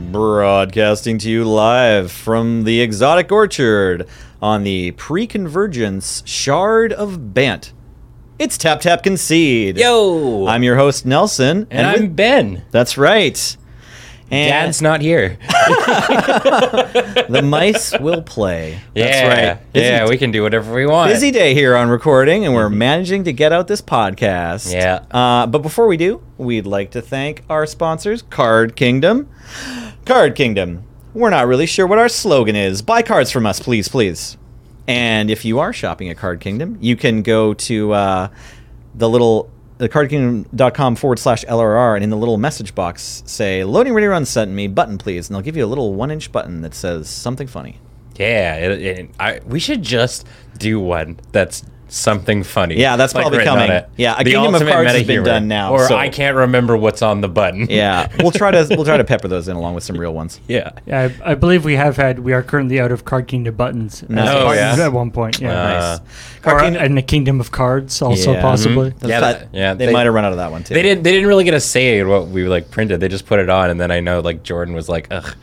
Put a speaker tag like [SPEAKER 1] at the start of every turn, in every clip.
[SPEAKER 1] broadcasting to you live from the exotic orchard on the pre-convergence shard of Bant. It's Tap Tap Concede.
[SPEAKER 2] Yo!
[SPEAKER 1] I'm your host Nelson,
[SPEAKER 2] and, I'm
[SPEAKER 1] with-
[SPEAKER 2] Ben.
[SPEAKER 1] that's right. And
[SPEAKER 2] Dad's not here.
[SPEAKER 1] the mice will play. That's
[SPEAKER 2] yeah.
[SPEAKER 1] right. Busy-
[SPEAKER 2] yeah, we can do whatever we want.
[SPEAKER 1] Busy day here on recording, and we're managing to get out this podcast.
[SPEAKER 2] Yeah.
[SPEAKER 1] Uh, but before we do, we'd like to thank our sponsors, Card Kingdom. Card Kingdom. We're not really sure what our slogan is. Buy cards from us, please, please. And if you are shopping at Card Kingdom, you can go to uh, the little the cardkingdom.com forward slash LRR and in the little message box say loading ready run sent me button please and they'll give you a little one inch button that says something funny.
[SPEAKER 2] Yeah, it, it, I, we should just do one that's something funny.
[SPEAKER 1] Yeah, that's
[SPEAKER 2] Like,
[SPEAKER 1] probably
[SPEAKER 2] written
[SPEAKER 1] coming.
[SPEAKER 2] on it.
[SPEAKER 1] Yeah, a
[SPEAKER 2] The
[SPEAKER 1] Kingdom of
[SPEAKER 2] ultimate
[SPEAKER 1] Cards has
[SPEAKER 2] meta
[SPEAKER 1] been
[SPEAKER 2] humor.
[SPEAKER 1] done now,
[SPEAKER 2] Or
[SPEAKER 1] so-
[SPEAKER 2] I can't remember what's on the button.
[SPEAKER 1] Yeah, we'll try to we'll try to pepper those in along with some real ones.
[SPEAKER 2] yeah.
[SPEAKER 3] Yeah, I, I believe we have had. We are currently out of Card Kingdom buttons. as
[SPEAKER 1] No.
[SPEAKER 2] Oh,
[SPEAKER 3] buttons
[SPEAKER 2] yeah.
[SPEAKER 3] At one point, yeah.
[SPEAKER 2] Uh,
[SPEAKER 3] or
[SPEAKER 1] Card Kingdom-
[SPEAKER 3] in the Kingdom of Cards, also
[SPEAKER 1] Yeah. mm-hmm.
[SPEAKER 3] possibly.
[SPEAKER 1] That's
[SPEAKER 2] Yeah,
[SPEAKER 1] not-
[SPEAKER 2] that- yeah,
[SPEAKER 1] They,
[SPEAKER 2] they-
[SPEAKER 1] might have run out of that one too.
[SPEAKER 2] They didn't. They didn't really get to say what we like printed. They just put it on, and then I know like Jordan was like, "Ugh,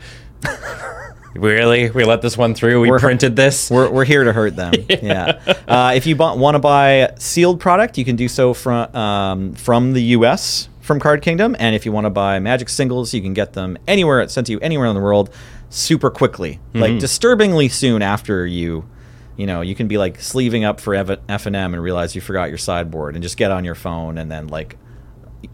[SPEAKER 2] really? We let this one through. We
[SPEAKER 1] We're-
[SPEAKER 2] printed this."
[SPEAKER 1] We're, we're here to hurt them. yeah. Uh, if you bu- want to buy sealed product, you can do so from um, from the U.S. from Card Kingdom, and if you want to buy Magic singles, you can get them anywhere. It's sent to you anywhere in the world, super quickly, like disturbingly soon after you. You know, you can be like sleeving up for F and M and realize you forgot your sideboard, and just get on your phone, and then like,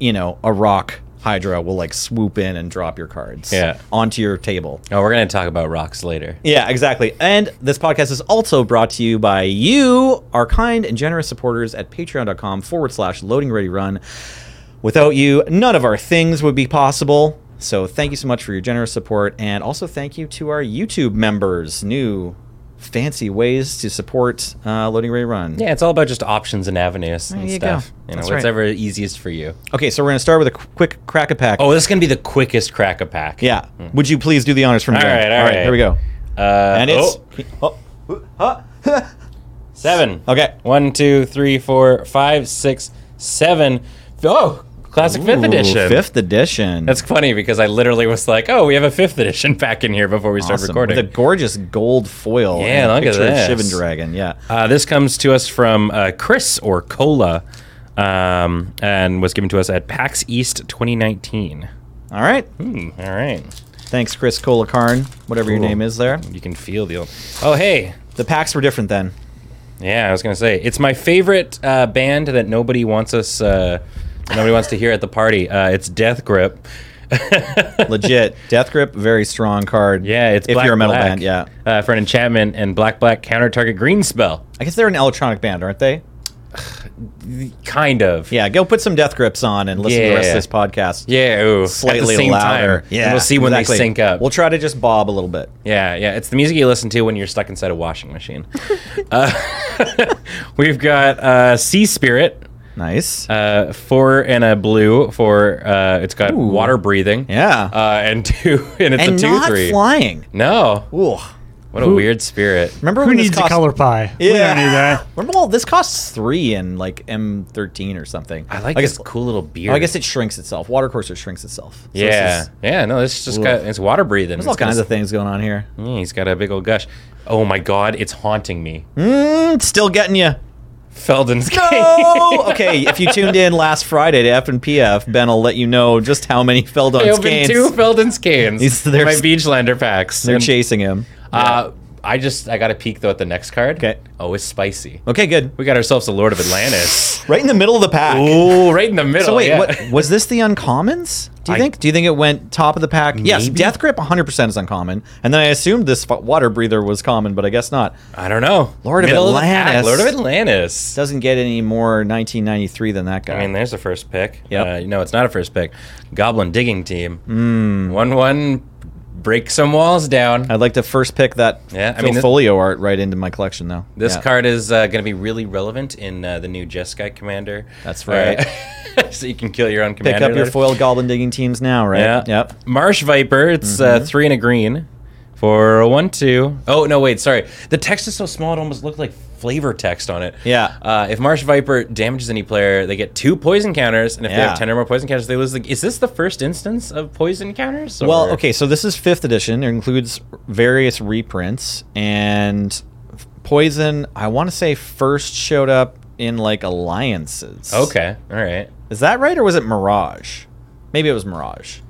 [SPEAKER 1] you know, a rock Hydra will like swoop in and drop your cards
[SPEAKER 2] Yeah.
[SPEAKER 1] onto your table.
[SPEAKER 2] oh, we're gonna talk about rocks later.
[SPEAKER 1] Yeah, exactly. And this podcast is also brought to you by you, our kind and generous supporters at patreon.com forward slash loading ready run. Without you, none of our things would be possible. So thank you so much for your generous support. And also thank you to our YouTube members. New fancy ways to support uh, Loading Ready Run.
[SPEAKER 2] Yeah, it's all about just options and avenues and
[SPEAKER 1] you go.
[SPEAKER 2] stuff. You know,
[SPEAKER 1] That's
[SPEAKER 2] whatever's
[SPEAKER 1] right.
[SPEAKER 2] easiest for you.
[SPEAKER 1] Okay, so we're going to start with a qu- quick crack a pack.
[SPEAKER 2] Oh, this is gonna be the quickest crack a pack.
[SPEAKER 1] yeah. Would you please do the honors from
[SPEAKER 2] All
[SPEAKER 1] here?
[SPEAKER 2] right, all right.
[SPEAKER 1] Here we go.
[SPEAKER 2] Uh,
[SPEAKER 1] And it's. Oh.
[SPEAKER 2] seven.
[SPEAKER 1] Okay.
[SPEAKER 2] One, two, three, four, five, six, seven. Oh, classic fifth
[SPEAKER 1] Ooh,
[SPEAKER 2] edition.
[SPEAKER 1] Fifth edition.
[SPEAKER 2] That's funny because I literally was like, "Oh, we have a fifth edition back in here before we start
[SPEAKER 1] Awesome.
[SPEAKER 2] recording."
[SPEAKER 1] With a gorgeous gold foil.
[SPEAKER 2] Yeah,
[SPEAKER 1] and a
[SPEAKER 2] look at
[SPEAKER 1] picture of
[SPEAKER 2] this.
[SPEAKER 1] Shivan Dragon. Yeah.
[SPEAKER 2] Uh, this comes to us from uh, Chris or Cola, um, and was given to us at PAX East 2019.
[SPEAKER 1] All right.
[SPEAKER 2] Hmm, all right,
[SPEAKER 1] Thanks, Chris Kolakarn, whatever your
[SPEAKER 2] Cool.
[SPEAKER 1] name is there.
[SPEAKER 2] you can feel the. Old... Oh, hey,
[SPEAKER 1] The packs were different then.
[SPEAKER 2] yeah, I was gonna say it's my favorite uh, band that nobody wants us, uh, nobody wants to hear at the party. Uh, it's Death Grip.
[SPEAKER 1] Legit. Death Grip, very strong card.
[SPEAKER 2] Yeah, it's
[SPEAKER 1] if
[SPEAKER 2] Black
[SPEAKER 1] you're a metal band.
[SPEAKER 2] Black,
[SPEAKER 1] Yeah.
[SPEAKER 2] uh, for an enchantment and black black counter target green spell.
[SPEAKER 1] I guess they're an electronic band, aren't they?
[SPEAKER 2] Kind of.
[SPEAKER 1] Yeah. Go put some Death Grips on and listen to the rest
[SPEAKER 2] Yeah.
[SPEAKER 1] of this podcast.
[SPEAKER 2] Yeah, ooh, at
[SPEAKER 1] Slightly
[SPEAKER 2] the same
[SPEAKER 1] louder.
[SPEAKER 2] Time.
[SPEAKER 1] Yeah.
[SPEAKER 2] and we'll see when
[SPEAKER 1] exactly.
[SPEAKER 2] they sync up.
[SPEAKER 1] We'll try to just bob a little bit.
[SPEAKER 2] Yeah, yeah. It's the music you listen to when you're stuck inside a washing machine. uh, we've got uh, Sea Spirit,
[SPEAKER 1] Nice.
[SPEAKER 2] uh, four and a blue for uh, it's got
[SPEAKER 1] Ooh.
[SPEAKER 2] water breathing.
[SPEAKER 1] yeah.
[SPEAKER 2] Uh, and two, and it's
[SPEAKER 1] and
[SPEAKER 2] a two
[SPEAKER 1] not
[SPEAKER 2] three.
[SPEAKER 1] flying.
[SPEAKER 2] No,
[SPEAKER 1] Ooh.
[SPEAKER 2] what a weird spirit.
[SPEAKER 1] Remember
[SPEAKER 3] Who
[SPEAKER 1] when this
[SPEAKER 3] needs
[SPEAKER 1] cost-
[SPEAKER 3] a color pie? We
[SPEAKER 1] Yeah.
[SPEAKER 3] don't need that.
[SPEAKER 1] Remember, well, this costs three in like M13 or something.
[SPEAKER 2] I like
[SPEAKER 1] I
[SPEAKER 2] this
[SPEAKER 1] guess-
[SPEAKER 2] cool little beard.
[SPEAKER 1] Oh, I guess it shrinks itself. Water courser shrinks itself. So this
[SPEAKER 2] yeah,
[SPEAKER 1] is-
[SPEAKER 2] yeah. No, this just got it's water breathing.
[SPEAKER 1] there's all kinds of things going on here.
[SPEAKER 2] Yeah, he's got a big old gush. Oh my god, it's haunting me.
[SPEAKER 1] Mm, still getting you.
[SPEAKER 2] Felden's
[SPEAKER 1] No. okay, if you tuned in last Friday to F and PF, Ben will let you know just how many
[SPEAKER 2] I
[SPEAKER 1] Feldon's
[SPEAKER 2] opened
[SPEAKER 1] games
[SPEAKER 2] two Felden's canes.
[SPEAKER 1] He's- they're-
[SPEAKER 2] my Beachlander packs.
[SPEAKER 1] they're
[SPEAKER 2] And-
[SPEAKER 1] chasing him.
[SPEAKER 2] Uh, I just I got a peek though at the next card.
[SPEAKER 1] Okay.
[SPEAKER 2] Oh, it's spicy.
[SPEAKER 1] Okay, good.
[SPEAKER 2] We got ourselves the Lord of Atlantis.
[SPEAKER 1] Right in the middle of the pack.
[SPEAKER 2] Ooh, right in the middle.
[SPEAKER 1] So wait,
[SPEAKER 2] yeah.
[SPEAKER 1] what was this the uncommons? Do you
[SPEAKER 2] I-
[SPEAKER 1] think? Do you think it went top of the pack? Yes,
[SPEAKER 2] Maybe.
[SPEAKER 1] Death Grip 100% is uncommon, and then I assumed this f- water breather was common, but I guess not.
[SPEAKER 2] I don't know.
[SPEAKER 1] Lord of
[SPEAKER 2] Middle the pack,
[SPEAKER 1] Atlantis.
[SPEAKER 2] Lord of Atlantis.
[SPEAKER 1] Doesn't get any more 1993 than that guy.
[SPEAKER 2] I mean, there's the first pick.
[SPEAKER 1] Yep.
[SPEAKER 2] Uh, no, it's not a first pick. Goblin digging team. One one, break some walls down.
[SPEAKER 1] I'd Hmm. like to first pick that
[SPEAKER 2] Yeah, I
[SPEAKER 1] Phil
[SPEAKER 2] mean, thi-
[SPEAKER 1] folio art right into my collection though.
[SPEAKER 2] This
[SPEAKER 1] Yeah.
[SPEAKER 2] card is uh, going to be really relevant in uh, the new Jeskai commander.
[SPEAKER 1] That's right.
[SPEAKER 2] Uh, so you can kill your own commander.
[SPEAKER 1] Pick up your
[SPEAKER 2] later.
[SPEAKER 1] foil goblin digging teams now, right?
[SPEAKER 2] Yeah.
[SPEAKER 1] Yep. Mm-hmm.
[SPEAKER 2] Marsh Viper. It's uh, three and a green for a one, two. Oh, no, wait. Sorry. The text is so small, it almost looked like flavor text on it.
[SPEAKER 1] Yeah.
[SPEAKER 2] Uh, if Marsh Viper damages any player, they get two poison counters, and if they
[SPEAKER 1] Yeah.
[SPEAKER 2] have ten or more poison counters, they lose. The, is this the first instance of poison counters?
[SPEAKER 1] Well,
[SPEAKER 2] or-
[SPEAKER 1] okay, so this is fifth edition. It includes various reprints and poison. I want to say first showed up in like alliances.
[SPEAKER 2] Okay. All right.
[SPEAKER 1] is that right, or was it Mirage? Maybe it was Mirage.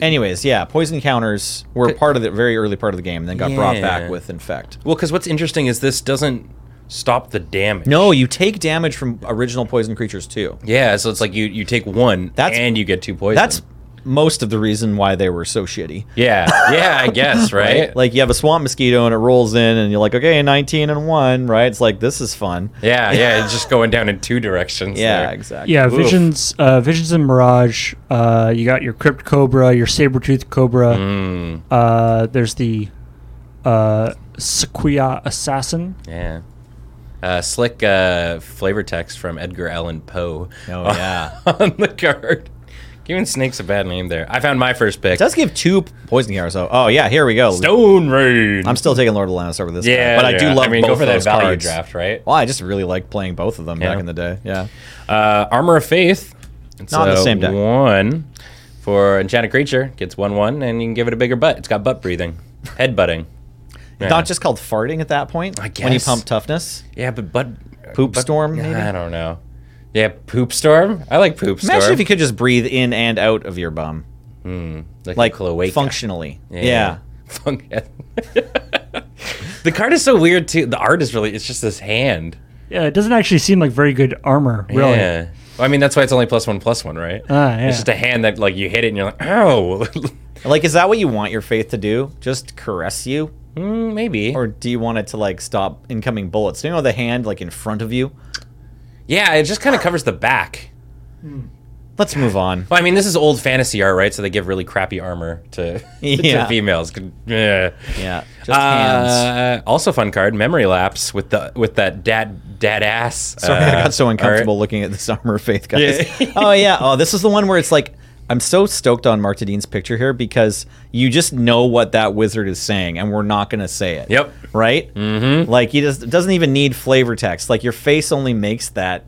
[SPEAKER 1] Anyways, yeah, poison counters were part of the very early part of the game, then got brought
[SPEAKER 2] Yeah.
[SPEAKER 1] back with infect.
[SPEAKER 2] Well, because what's interesting is this doesn't stop the damage.
[SPEAKER 1] No, you take damage from original poison creatures too.
[SPEAKER 2] Yeah, so it's like you you take one
[SPEAKER 1] That's-
[SPEAKER 2] and you get two poison.
[SPEAKER 1] That's most of the reason why they were so shitty.
[SPEAKER 2] yeah, yeah, I guess right.
[SPEAKER 1] Like you have a swamp mosquito and it rolls in and you're like, okay, 19 and 1, right? It's like, this is fun.
[SPEAKER 2] yeah, yeah, it's just going down in two directions.
[SPEAKER 1] Yeah,
[SPEAKER 2] there.
[SPEAKER 1] exactly.
[SPEAKER 3] Yeah,
[SPEAKER 2] Oof.
[SPEAKER 3] visions, uh, visions and mirage. Uh, you got your crypt cobra, your saber tooth cobra.
[SPEAKER 1] Mm.
[SPEAKER 3] Uh, there's the uh, sequia assassin.
[SPEAKER 2] Yeah. Uh, slick uh, flavor text from Edgar Allan Poe.
[SPEAKER 1] Oh,
[SPEAKER 2] on-
[SPEAKER 1] yeah.
[SPEAKER 2] on the card. Giving Snake's a bad name there. I found my first pick.
[SPEAKER 1] It does give two poison heroes. though. Oh, yeah, here we go.
[SPEAKER 2] Stone Rain.
[SPEAKER 1] I'm still taking Lord of the Lannis over this guy,
[SPEAKER 2] yeah,
[SPEAKER 1] but I do
[SPEAKER 2] yeah.
[SPEAKER 1] love
[SPEAKER 2] I mean,
[SPEAKER 1] both
[SPEAKER 2] go for
[SPEAKER 1] of
[SPEAKER 2] that
[SPEAKER 1] those
[SPEAKER 2] value
[SPEAKER 1] cards.
[SPEAKER 2] draft, right?
[SPEAKER 1] Well, I just really liked playing both of them
[SPEAKER 2] Yeah.
[SPEAKER 1] back in the day. Yeah.
[SPEAKER 2] Uh, Armor of Faith. It's
[SPEAKER 1] Not in the
[SPEAKER 2] a
[SPEAKER 1] same deck.
[SPEAKER 2] One for enchanted creature gets one one, and you can give it a bigger butt. It's got butt breathing, head butting. Yeah.
[SPEAKER 1] Not just called farting at that point.
[SPEAKER 2] I
[SPEAKER 1] When you
[SPEAKER 2] guess.
[SPEAKER 1] pump toughness.
[SPEAKER 2] yeah, but butt
[SPEAKER 1] Poop
[SPEAKER 2] butt-
[SPEAKER 1] storm, maybe?
[SPEAKER 2] I don't know. Yeah, poop storm. I like poop storm.
[SPEAKER 1] Imagine if you could just breathe in and out of your bum.
[SPEAKER 2] like,
[SPEAKER 1] Like
[SPEAKER 2] a cloaca.
[SPEAKER 1] functionally. Yeah.
[SPEAKER 2] Funk. the card is so weird too. The art is really. It's just this hand.
[SPEAKER 3] Yeah, it doesn't actually seem like very good armor, really.
[SPEAKER 2] Yeah. Well, I mean, that's why it's only plus one, plus one, right?
[SPEAKER 3] Ah, yeah.
[SPEAKER 2] It's just a hand that like you hit it and you're like, oh,
[SPEAKER 1] Like, is that what you want your faith to do? Just caress you?
[SPEAKER 2] Mm, maybe.
[SPEAKER 1] Or do you want it to like stop incoming bullets? You know the hand like in front of you.
[SPEAKER 2] yeah, it just kind of covers the back.
[SPEAKER 1] Let's move on.
[SPEAKER 2] Well, I mean, this is old fantasy art, right? So they give really crappy armor to,
[SPEAKER 1] Yeah.
[SPEAKER 2] to females. Yeah.
[SPEAKER 1] Yeah, just hands.
[SPEAKER 2] Uh, also, fun card, memory lapse with the with that dad dad ass.
[SPEAKER 1] Sorry, I
[SPEAKER 2] uh,
[SPEAKER 1] got so
[SPEAKER 2] art.
[SPEAKER 1] uncomfortable looking at this armor of faith, guys.
[SPEAKER 2] Yeah.
[SPEAKER 1] oh yeah. Oh, this is the one where it's like I'm so stoked on Mark Tadine's picture here because you just know what that wizard is saying, and we're not gonna say it.
[SPEAKER 2] Yep.
[SPEAKER 1] Right. Mm-hmm. Like he just it doesn't even need flavor text. Like your face only makes that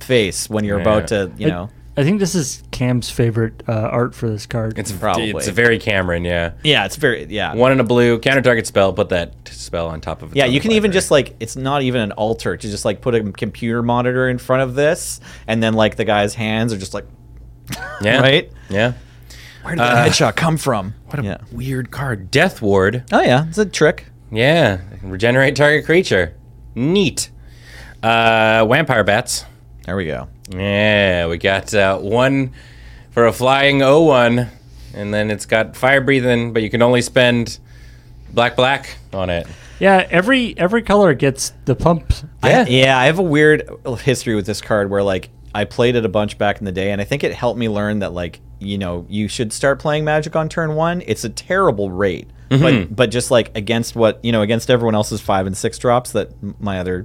[SPEAKER 1] face when you're about
[SPEAKER 2] Yeah.
[SPEAKER 1] to, you know.
[SPEAKER 3] I think this is Cam's favorite uh, art for this card.
[SPEAKER 2] It's
[SPEAKER 1] Probably.
[SPEAKER 2] It's very Cameron, yeah.
[SPEAKER 1] yeah, it's very yeah.
[SPEAKER 2] One in a blue, counter target spell, put that spell on top of it.
[SPEAKER 1] Yeah, you can even just like it's not even an altar to just like put a computer monitor in front of this, and then like the guy's hands are just like,
[SPEAKER 2] yeah.
[SPEAKER 1] right?
[SPEAKER 2] Yeah.
[SPEAKER 1] Where did that headshot come from? Uh, What a yeah.
[SPEAKER 2] Weird card. Death Ward.
[SPEAKER 1] oh yeah, it's a trick.
[SPEAKER 2] Yeah. Regenerate target creature. Neat. Uh, vampire bats.
[SPEAKER 1] There we go.
[SPEAKER 2] Yeah, we got uh, one for a flying 01, and then it's got fire breathing, but you can only spend black black on it.
[SPEAKER 3] yeah, every every color gets the pump.
[SPEAKER 2] Yeah.
[SPEAKER 1] I, yeah, I have a weird history with this card where like I played it a bunch back in the day, and I think it helped me learn that like you know you should start playing Magic on turn one. It's a terrible rate,
[SPEAKER 2] Mm-hmm.
[SPEAKER 1] but but just like against what you know against everyone else's five and six drops that m- my other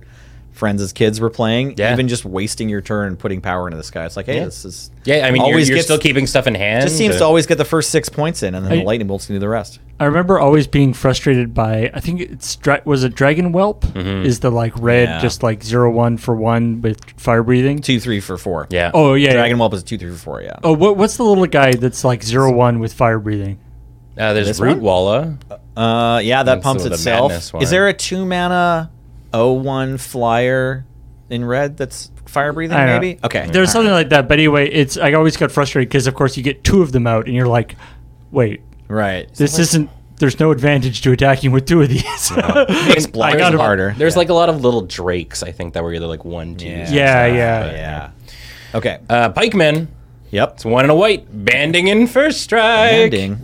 [SPEAKER 1] friends as kids were playing,
[SPEAKER 2] Yeah.
[SPEAKER 1] even just wasting your turn and putting power into this guy. It's like hey,
[SPEAKER 2] Yeah.
[SPEAKER 1] this is
[SPEAKER 2] Yeah, I mean,
[SPEAKER 1] Always
[SPEAKER 2] you're, you're
[SPEAKER 1] gets-
[SPEAKER 2] still keeping stuff in hand.
[SPEAKER 1] just seems
[SPEAKER 2] uh,
[SPEAKER 1] to always get the first six points in, and then
[SPEAKER 3] I-
[SPEAKER 1] the lightning bolts can do the rest.
[SPEAKER 3] I remember always being frustrated by. I think it's dra- was it Dragon Whelp
[SPEAKER 1] Mm-hmm.
[SPEAKER 3] is the like red,
[SPEAKER 1] Yeah.
[SPEAKER 3] just like zero one for one with fire breathing.
[SPEAKER 1] Two, three for four.
[SPEAKER 2] Yeah.
[SPEAKER 3] Oh yeah.
[SPEAKER 1] Dragon
[SPEAKER 3] Dragon.
[SPEAKER 1] Whelp is two, three for four. Yeah.
[SPEAKER 3] Oh, what, what's the little guy that's like zero one with fire breathing?
[SPEAKER 2] Uh, there's
[SPEAKER 1] This
[SPEAKER 2] Root
[SPEAKER 1] one?
[SPEAKER 2] Walla.
[SPEAKER 1] Uh, yeah, that
[SPEAKER 2] That's
[SPEAKER 1] pumps
[SPEAKER 2] sort of the madness
[SPEAKER 1] itself.
[SPEAKER 2] one.
[SPEAKER 1] Is there a two mana 01 flyer in red that's fire breathing?
[SPEAKER 3] I don't
[SPEAKER 1] Eh, Maybe.
[SPEAKER 3] know.
[SPEAKER 1] Okay.
[SPEAKER 3] There's something like that, but anyway, it's I always got frustrated because of course you get two of them out and you're like, wait,
[SPEAKER 1] right.
[SPEAKER 3] this isn't. There's no advantage to attacking with two of these.
[SPEAKER 1] makes blocking
[SPEAKER 3] got him.
[SPEAKER 1] harder.
[SPEAKER 2] There's like a lot of little drakes, I think, that were either like one, two.
[SPEAKER 1] Yeah.
[SPEAKER 3] yeah, yeah.
[SPEAKER 1] yeah. Okay.
[SPEAKER 2] Uh, pikemen.
[SPEAKER 1] yep.
[SPEAKER 2] It's one and a white. Banding in first strike.
[SPEAKER 1] Ending.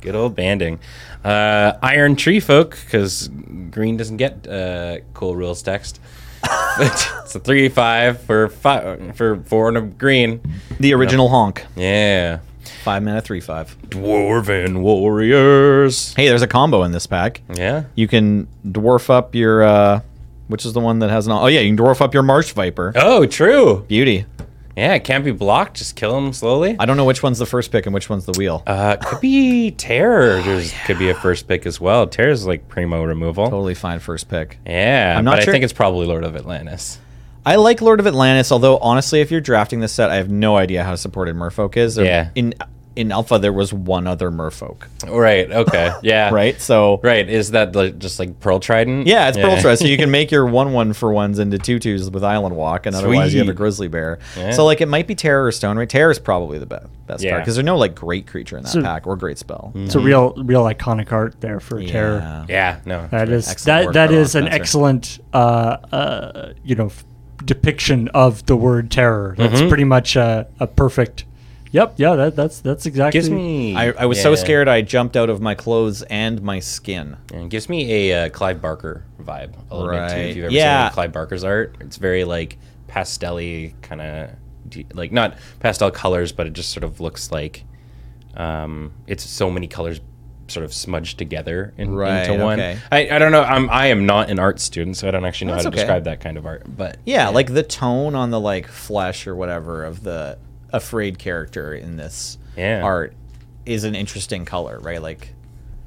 [SPEAKER 2] Good old banding. Uh, Iron Tree Folk, because green doesn't get uh, cool rules text. it's a three five for five for four and a green.
[SPEAKER 1] The original honk.
[SPEAKER 2] Yeah.
[SPEAKER 1] Five mana three five.
[SPEAKER 2] Dwarven warriors.
[SPEAKER 1] Hey, there's a combo in this pack.
[SPEAKER 2] Yeah.
[SPEAKER 1] You can dwarf up your uh which is the one that has an oh yeah, you can dwarf up your marsh viper.
[SPEAKER 2] Oh, true.
[SPEAKER 1] Beauty.
[SPEAKER 2] Yeah, it can't be blocked. Just kill him slowly.
[SPEAKER 1] I don't know which one's the first pick and which one's the wheel.
[SPEAKER 2] Uh, could be
[SPEAKER 1] Oh,
[SPEAKER 2] terror. There's could be a first pick as well. Terror's like primo removal.
[SPEAKER 1] totally fine first pick.
[SPEAKER 2] Yeah,
[SPEAKER 1] I'm not
[SPEAKER 2] but
[SPEAKER 1] sure-
[SPEAKER 2] I think it's probably Lord of Atlantis.
[SPEAKER 1] I like Lord of Atlantis, although honestly, if you're drafting this set, I have no idea how supported Merfolk is. There-
[SPEAKER 2] Yeah.
[SPEAKER 1] In in Alpha, there was one other Merfolk,
[SPEAKER 2] Right. Okay. Yeah.
[SPEAKER 1] right? So
[SPEAKER 2] Ah. Right. Is that the, just like Pearl Trident?
[SPEAKER 1] yeah, it's Pearl Trust. So you can make your one one for ones into two twos with Island Walk, and otherwise you have a
[SPEAKER 2] Sweet.
[SPEAKER 1] Grizzly Bear.
[SPEAKER 2] Yeah.
[SPEAKER 1] So like it might be Terror or Stone, right? Terror is probably the be- best
[SPEAKER 2] Yeah. Mm.
[SPEAKER 1] card because there's no like great creature in that
[SPEAKER 3] So-
[SPEAKER 1] pack or great spell.
[SPEAKER 3] It's a real, real iconic art there for
[SPEAKER 1] Yeah.
[SPEAKER 3] terror.
[SPEAKER 2] Yeah. No.
[SPEAKER 3] That is
[SPEAKER 1] Excellent
[SPEAKER 3] that
[SPEAKER 1] work
[SPEAKER 3] that
[SPEAKER 1] by Ron
[SPEAKER 3] is an
[SPEAKER 1] Spencer.
[SPEAKER 3] excellent, uh, uh, you know, f- depiction of the word terror. That's
[SPEAKER 1] Mm-hmm.
[SPEAKER 3] pretty much a, a perfect. Yep. Yeah. That, that's that's exactly.
[SPEAKER 2] gives me.
[SPEAKER 1] I, I was
[SPEAKER 2] yeah.
[SPEAKER 1] so scared I jumped out of my clothes and my skin.
[SPEAKER 2] Yeah, it gives me a uh, Clive Barker vibe a little bit too.
[SPEAKER 1] Right.
[SPEAKER 2] If you've ever
[SPEAKER 1] Yeah.
[SPEAKER 2] seen any of Clive Barker's art, it's very like pastelly kind of like not pastel colors, but it just sort of looks like um, it's so many colors sort of smudged together in,
[SPEAKER 1] Right,
[SPEAKER 2] into one.
[SPEAKER 1] okay.
[SPEAKER 2] I, I don't know. I'm I am not an art student, so I don't actually know
[SPEAKER 1] That's
[SPEAKER 2] how to
[SPEAKER 1] okay.
[SPEAKER 2] describe that kind of art. But
[SPEAKER 1] Yeah, like the tone on the like flesh or whatever of the afraid character in this
[SPEAKER 2] Yeah.
[SPEAKER 1] art is an interesting color, right? Like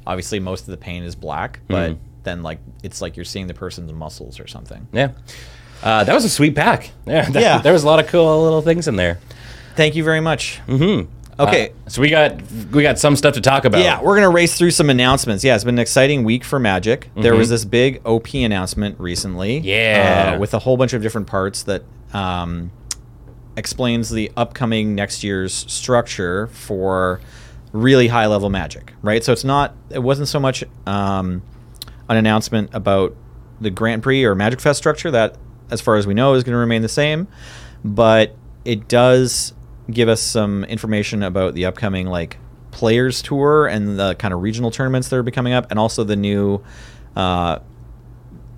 [SPEAKER 1] obviously most of the paint is black, but then like it's like you're seeing the person's muscles or something.
[SPEAKER 2] yeah. Uh, that was a sweet pack. Yeah, that-
[SPEAKER 1] Yeah.
[SPEAKER 2] There was a lot of cool little things in there. Uh,
[SPEAKER 1] Thank you very much. Mm-hmm. Okay.
[SPEAKER 2] So we got we got some stuff to talk about.
[SPEAKER 1] Yeah, we're gonna race through some announcements. Yeah, it's been an exciting week for Magic. There was this big OP announcement recently.
[SPEAKER 2] Yeah.
[SPEAKER 1] uh, with a whole bunch of different parts that um, explains the upcoming next year's structure for really high level Magic. Right, so it's not. It wasn't so much um, an announcement about the Grand Prix or Magic Fest structure that, as far as we know, is going to remain the same, but it does give us some information about the upcoming like players tour and the kind of regional tournaments that are becoming up, and also the new uh,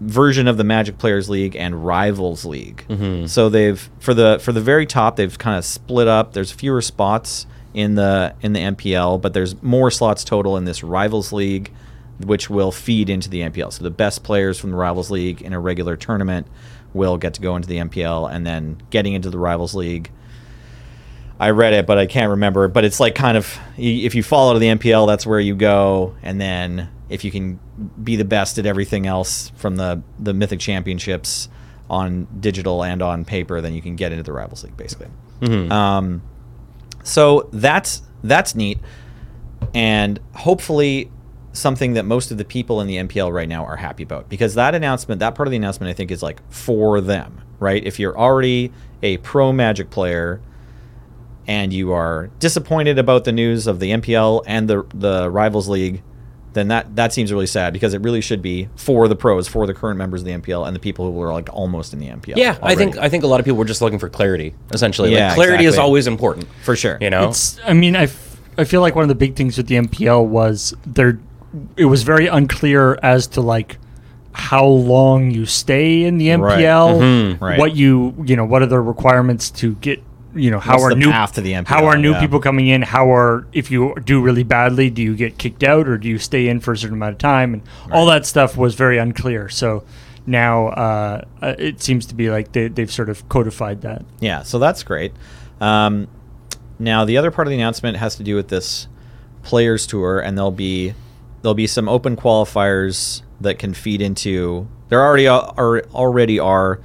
[SPEAKER 1] version of the Magic Players League and Rivals League. So they've for the for the very top they've kind of split up. There's fewer spots in the in the MPL, but there's more slots total in this Rivals League, which will feed into the MPL. So the best players from the Rivals League in a regular tournament will get to go into the MPL, and then getting into the Rivals League. I read it, but I can't remember. But it's like kind of y- if you fall out of the MPL, that's where you go, and then if you can be the best at everything else from the the Mythic Championships on digital and on paper, then you can get into the Rivals League, basically.
[SPEAKER 2] Mm-hmm. Mm.
[SPEAKER 1] Um, so that's that's neat, and hopefully something that most of the people in the MPL right now are happy about because that announcement, that part of the announcement, I think is like for them, right? If you're already a pro Magic player and you are disappointed about the news of the MPL and the the Rivals League, then that that seems really sad because it really should be for the pros, for the current members of the MPL and the people who are like almost in the MPL.
[SPEAKER 2] Yeah, I think
[SPEAKER 1] already.
[SPEAKER 2] I think a lot of people were just looking for clarity. Essentially,
[SPEAKER 1] Yeah,
[SPEAKER 2] like, clarity is
[SPEAKER 1] exactly.
[SPEAKER 2] always important.
[SPEAKER 1] for sure.
[SPEAKER 2] You know,
[SPEAKER 3] It's, I mean, I, f- I feel like one of the big things with the MPL was there. It was very unclear as to like how long you stay in the
[SPEAKER 1] Right. Mm-hmm.
[SPEAKER 3] MPL,
[SPEAKER 1] right.
[SPEAKER 3] what you you know, what are the requirements to get. You know how
[SPEAKER 1] What's
[SPEAKER 3] are
[SPEAKER 1] the
[SPEAKER 3] new
[SPEAKER 1] path to the
[SPEAKER 3] how are
[SPEAKER 1] MPL,
[SPEAKER 3] new
[SPEAKER 1] yeah.
[SPEAKER 3] people coming in? How are if you do really badly, do you get kicked out or do you stay in for a certain amount of time? And all that stuff was very unclear. So now uh, uh, it seems to be like they, they've sort of codified that.
[SPEAKER 1] Yeah, so that's great. Um, now the other part of the announcement has to do with this players tour, and there'll be there'll be some open qualifiers that can feed into. There already are, are already are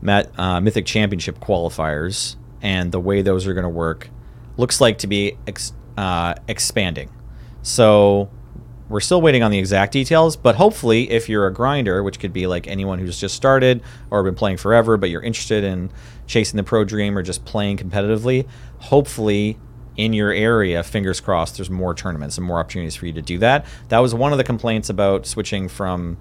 [SPEAKER 1] Met, uh, Mythic Championship qualifiers, and the way those are going to work looks like to be ex, uh, expanding. So we're still waiting on the exact details, but hopefully, if you're a grinder, which could be like anyone who's just started or been playing forever, but you're interested in chasing the pro dream or just playing competitively, hopefully in your area, fingers crossed, there's more tournaments and more opportunities for you to do that. That was one of the complaints about switching from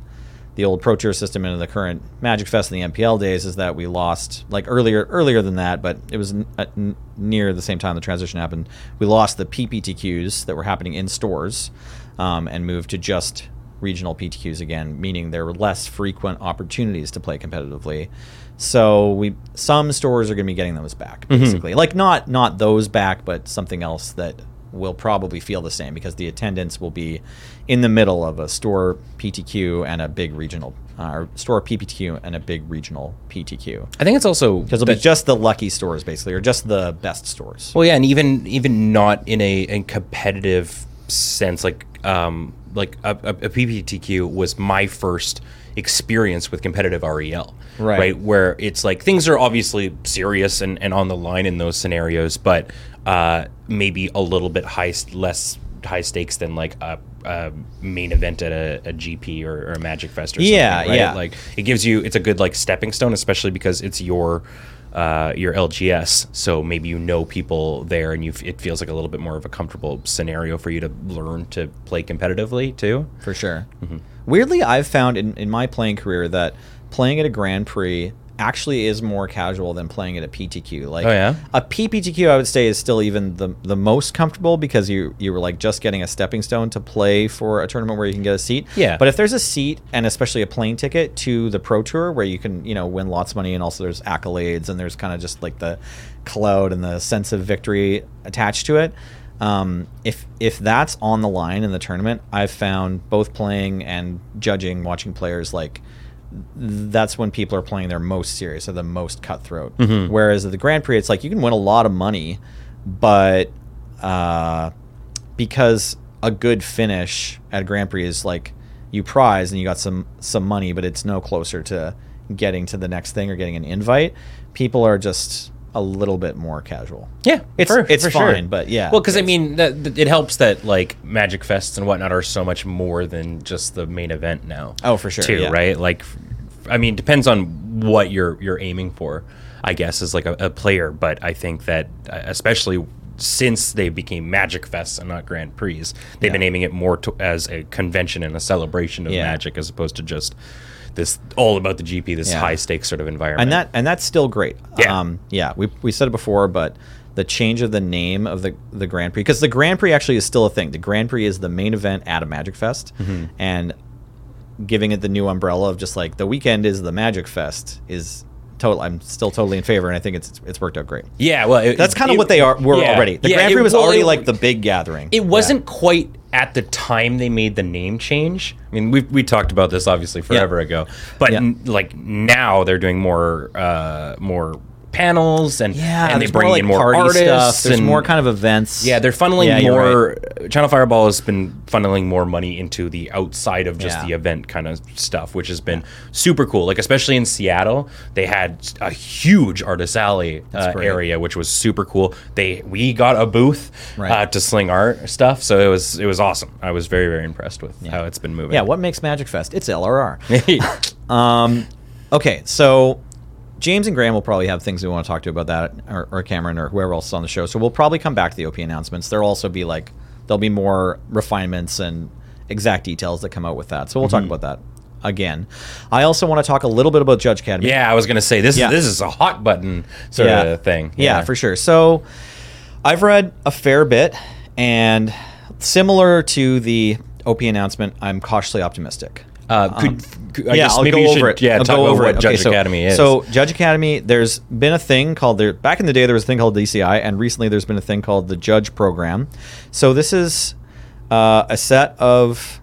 [SPEAKER 1] the old Pro Tour system into the current Magic Fest and the MPL days is that we lost like earlier earlier than that, but it was n- at n- near the same time the transition happened. We lost the PPTQs that were happening in stores, um, and moved to just regional PTQs again, meaning there were less frequent opportunities to play competitively. So we some stores are going to be getting those back basically, like not not those back, but something else that will probably feel the same because the attendance will be in the middle of a store PTQ and a big regional, uh, or store PPTQ and a big regional PTQ.
[SPEAKER 2] I think it's also
[SPEAKER 1] Because it'll be
[SPEAKER 2] that-
[SPEAKER 1] just the lucky stores, basically, or just the best stores.
[SPEAKER 2] Well, yeah, and even even not in a, a competitive sense, like um, like a, a, a PPTQ was my first experience with competitive REL,
[SPEAKER 1] Right.
[SPEAKER 2] Where it's like things are obviously serious and, and on the line in those scenarios, but uh, maybe a little bit high s- less high stakes than like a, a main event at a, a GP or, or a Magic Fest or
[SPEAKER 1] Yeah,
[SPEAKER 2] something, right?
[SPEAKER 1] yeah.
[SPEAKER 2] Like it gives you it's a good like stepping stone especially because it's your uh, your LGS so maybe you know people there and you f- it feels like a little bit more of a comfortable scenario for you to learn to play competitively too
[SPEAKER 1] for sure.
[SPEAKER 2] mm-hmm.
[SPEAKER 1] Weirdly, I've found in, in my playing career that playing at a Grand Prix actually is more casual than playing at a PTQ. Like
[SPEAKER 2] Oh, yeah?
[SPEAKER 1] a PPTQ, I would say is still even the the most comfortable because you you were like just getting a stepping stone to play for a tournament where you can get a seat.
[SPEAKER 2] Yeah.
[SPEAKER 1] But if there's a seat and especially a plane ticket to the Pro Tour where you can you know win lots of money and also there's accolades and there's kind of just like the cloud and the sense of victory attached to it. Um, if if that's on the line in the tournament, I've found both playing and judging, watching players like that's when people are playing their most serious or the most cutthroat.
[SPEAKER 2] Mm-hmm.
[SPEAKER 1] Whereas at the Grand Prix, it's like you can win a lot of money, but uh, because a good finish at a Grand Prix is like you prize and you got some some money, but it's no closer to getting to the next thing or getting an invite. People are just a little bit more casual.
[SPEAKER 2] yeah
[SPEAKER 1] It's- it's fine, but yeah.
[SPEAKER 2] well because i mean that, that- it helps that like magic fests and whatnot are so much more than just the main event now
[SPEAKER 1] Oh, for sure,
[SPEAKER 2] too
[SPEAKER 1] yeah.
[SPEAKER 2] right like f- i mean depends on what you're you're aiming for i guess as like a, a player but i think that uh, especially since they became magic fests and not grand prix they've been aiming it more to, as a convention and a celebration of
[SPEAKER 1] Yeah.
[SPEAKER 2] magic as opposed to just this all about the gp this
[SPEAKER 1] Yeah.
[SPEAKER 2] high stakes sort of environment
[SPEAKER 1] and that and that's still great.
[SPEAKER 2] Yeah.
[SPEAKER 1] um, yeah. We, we said it before, but the change of the name of the the Grand Prix because the Grand Prix actually is still a thing. The Grand Prix is the main event at a Magic Fest,
[SPEAKER 2] Mm-hmm.
[SPEAKER 1] and giving it the new umbrella of just like the weekend is the Magic Fest is total. I'm still totally in favor, and I think it's it's worked out great.
[SPEAKER 2] yeah well it-
[SPEAKER 1] That's kind of
[SPEAKER 2] it-
[SPEAKER 1] what they are were
[SPEAKER 2] yeah.
[SPEAKER 1] already. The
[SPEAKER 2] Yeah,
[SPEAKER 1] Grand
[SPEAKER 2] it-
[SPEAKER 1] Prix was
[SPEAKER 2] well,
[SPEAKER 1] already
[SPEAKER 2] it-
[SPEAKER 1] like the big gathering.
[SPEAKER 2] It wasn't quite at the time they made the name change. I mean, we we talked about this obviously forever ago, but
[SPEAKER 1] Yeah.
[SPEAKER 2] n- like now they're doing more uh, more panels and
[SPEAKER 1] yeah,
[SPEAKER 2] and they
[SPEAKER 1] there's
[SPEAKER 2] bring
[SPEAKER 1] like,
[SPEAKER 2] in more
[SPEAKER 1] party
[SPEAKER 2] artists
[SPEAKER 1] There's
[SPEAKER 2] and
[SPEAKER 1] more kind of events.
[SPEAKER 2] yeah, they're funneling
[SPEAKER 1] Yeah, you're right.
[SPEAKER 2] more. Channel Fireball has been funneling more money into the outside of just
[SPEAKER 1] Yeah.
[SPEAKER 2] the event kind of stuff, which has been super cool. Like especially in Seattle, they had a huge artist alley uh,
[SPEAKER 1] great.
[SPEAKER 2] area, which was super cool. They we got a booth
[SPEAKER 1] Right.
[SPEAKER 2] uh, to sling art stuff, so it was it was awesome. I was very very impressed with how it's been moving.
[SPEAKER 1] Yeah, what makes Magic Fest? It's LRR.
[SPEAKER 2] Yeah,
[SPEAKER 1] Um, Okay, so James and Graham will probably have things we want to talk to about that, or, or Cameron, or whoever else is on the show. So we'll probably come back to the OP announcements. There'll also be like there'll be more refinements and exact details that come out with that. So we'll
[SPEAKER 2] Mm-hmm.
[SPEAKER 1] talk about that again. I also want to talk a little bit about Judge Academy.
[SPEAKER 2] I was gonna say this
[SPEAKER 1] Yeah.
[SPEAKER 2] is this is a hot button sort
[SPEAKER 1] Yeah.
[SPEAKER 2] of thing.
[SPEAKER 1] Yeah. for sure. So I've read a fair bit, and similar to the OP announcement, I'm cautiously optimistic.
[SPEAKER 2] Uh, could, could- I
[SPEAKER 1] Um, yeah,
[SPEAKER 2] guess
[SPEAKER 1] I'll
[SPEAKER 2] maybe
[SPEAKER 1] go
[SPEAKER 2] you
[SPEAKER 1] over
[SPEAKER 2] should,
[SPEAKER 1] it.
[SPEAKER 2] Yeah,
[SPEAKER 1] I'll
[SPEAKER 2] talk
[SPEAKER 1] go
[SPEAKER 2] about
[SPEAKER 1] over
[SPEAKER 2] what
[SPEAKER 1] it.
[SPEAKER 2] Judge
[SPEAKER 1] Okay, so-
[SPEAKER 2] Academy is. Oh,
[SPEAKER 1] So Judge Academy, there's been a thing called there back in the day there was a thing called DCI, and recently there's been a thing called the Judge Program. So this is uh, a set of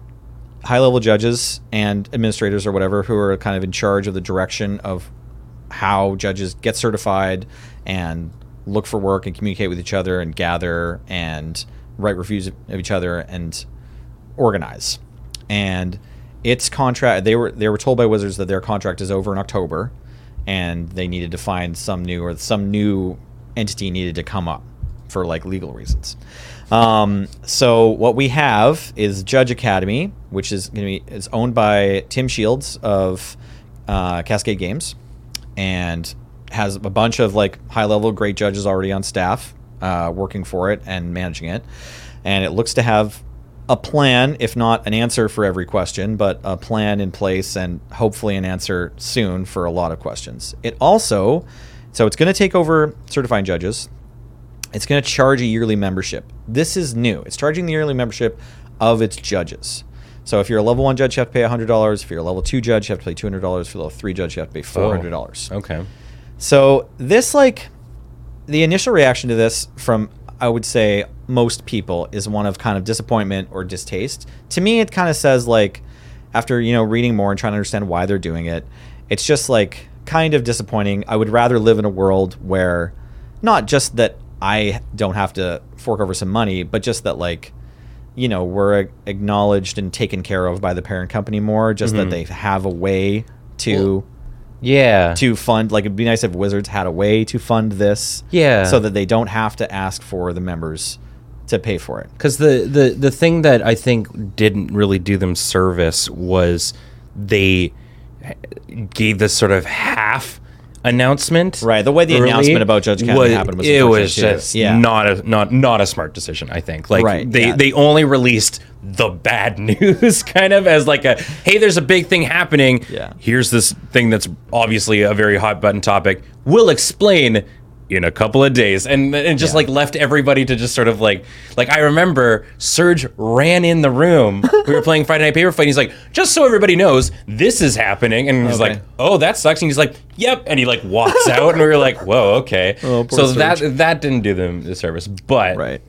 [SPEAKER 1] high level judges and administrators or whatever who are kind of in charge of the direction of how judges get certified and look for work and communicate with each other and gather and write reviews of of each other and organize. And its contract they were they were told by Wizards that their contract is over in October and they needed to find some new or some new entity needed to come up for like legal reasons. Um, so what we have is Judge Academy, which is going to be is owned by Tim Shields of uh, Cascade Games and has a bunch of like high level great judges already on staff uh, working for it and managing it and it looks to have a plan if not an answer for every question but a plan in place and hopefully an answer soon for a lot of questions it also so it's going to take over certifying judges it's going to charge a yearly membership. This is new. It's charging the yearly membership of its judges. So if you're a level one judge, you have to pay $100. If you're a level two judge, you have to pay $200. If you're a level three judge, you have to pay $400.
[SPEAKER 2] okay.
[SPEAKER 1] So this, like, the initial reaction to this from, I would say, most people is one of kind of disappointment or distaste. To me, it kind of says like, after you know reading more and trying to understand why they're doing it, it's just like kind of disappointing. I would rather live in a world where, not just that I don't have to fork over some money, but just that like you know we're a- acknowledged and taken care of by the parent company more just that they have a way to
[SPEAKER 2] Yeah.
[SPEAKER 1] to fund like it'd be nice if wizards had a way to fund this
[SPEAKER 2] Yeah.
[SPEAKER 1] so that they don't have to ask for the members to pay for it
[SPEAKER 2] Because the, the, the thing that I think didn't really do them service was they gave this sort of half announcement.
[SPEAKER 1] Right, the way the announcement about Judge Kennedy happened was the
[SPEAKER 2] it
[SPEAKER 1] first
[SPEAKER 2] was
[SPEAKER 1] issue.
[SPEAKER 2] just
[SPEAKER 1] Yeah.
[SPEAKER 2] not a not not a smart decision. I think like
[SPEAKER 1] Right,
[SPEAKER 2] they
[SPEAKER 1] yeah.
[SPEAKER 2] they only released the bad news kind of as like a hey there's a big thing happening.
[SPEAKER 1] Yeah.
[SPEAKER 2] here's this thing that's obviously a very hot button topic. We'll explain in a couple of days and and just
[SPEAKER 1] Yeah.
[SPEAKER 2] like left everybody to just sort of like like I remember Serge ran in the room. we were playing Friday Night Paper Fight and he's like, just so everybody knows, this is happening and he's
[SPEAKER 1] Okay.
[SPEAKER 2] like, Oh, that sucks and he's like, Yep and he like walks out and we were like, Whoa, okay.
[SPEAKER 1] Oh, poor
[SPEAKER 2] so that that didn't do them the service. But
[SPEAKER 1] right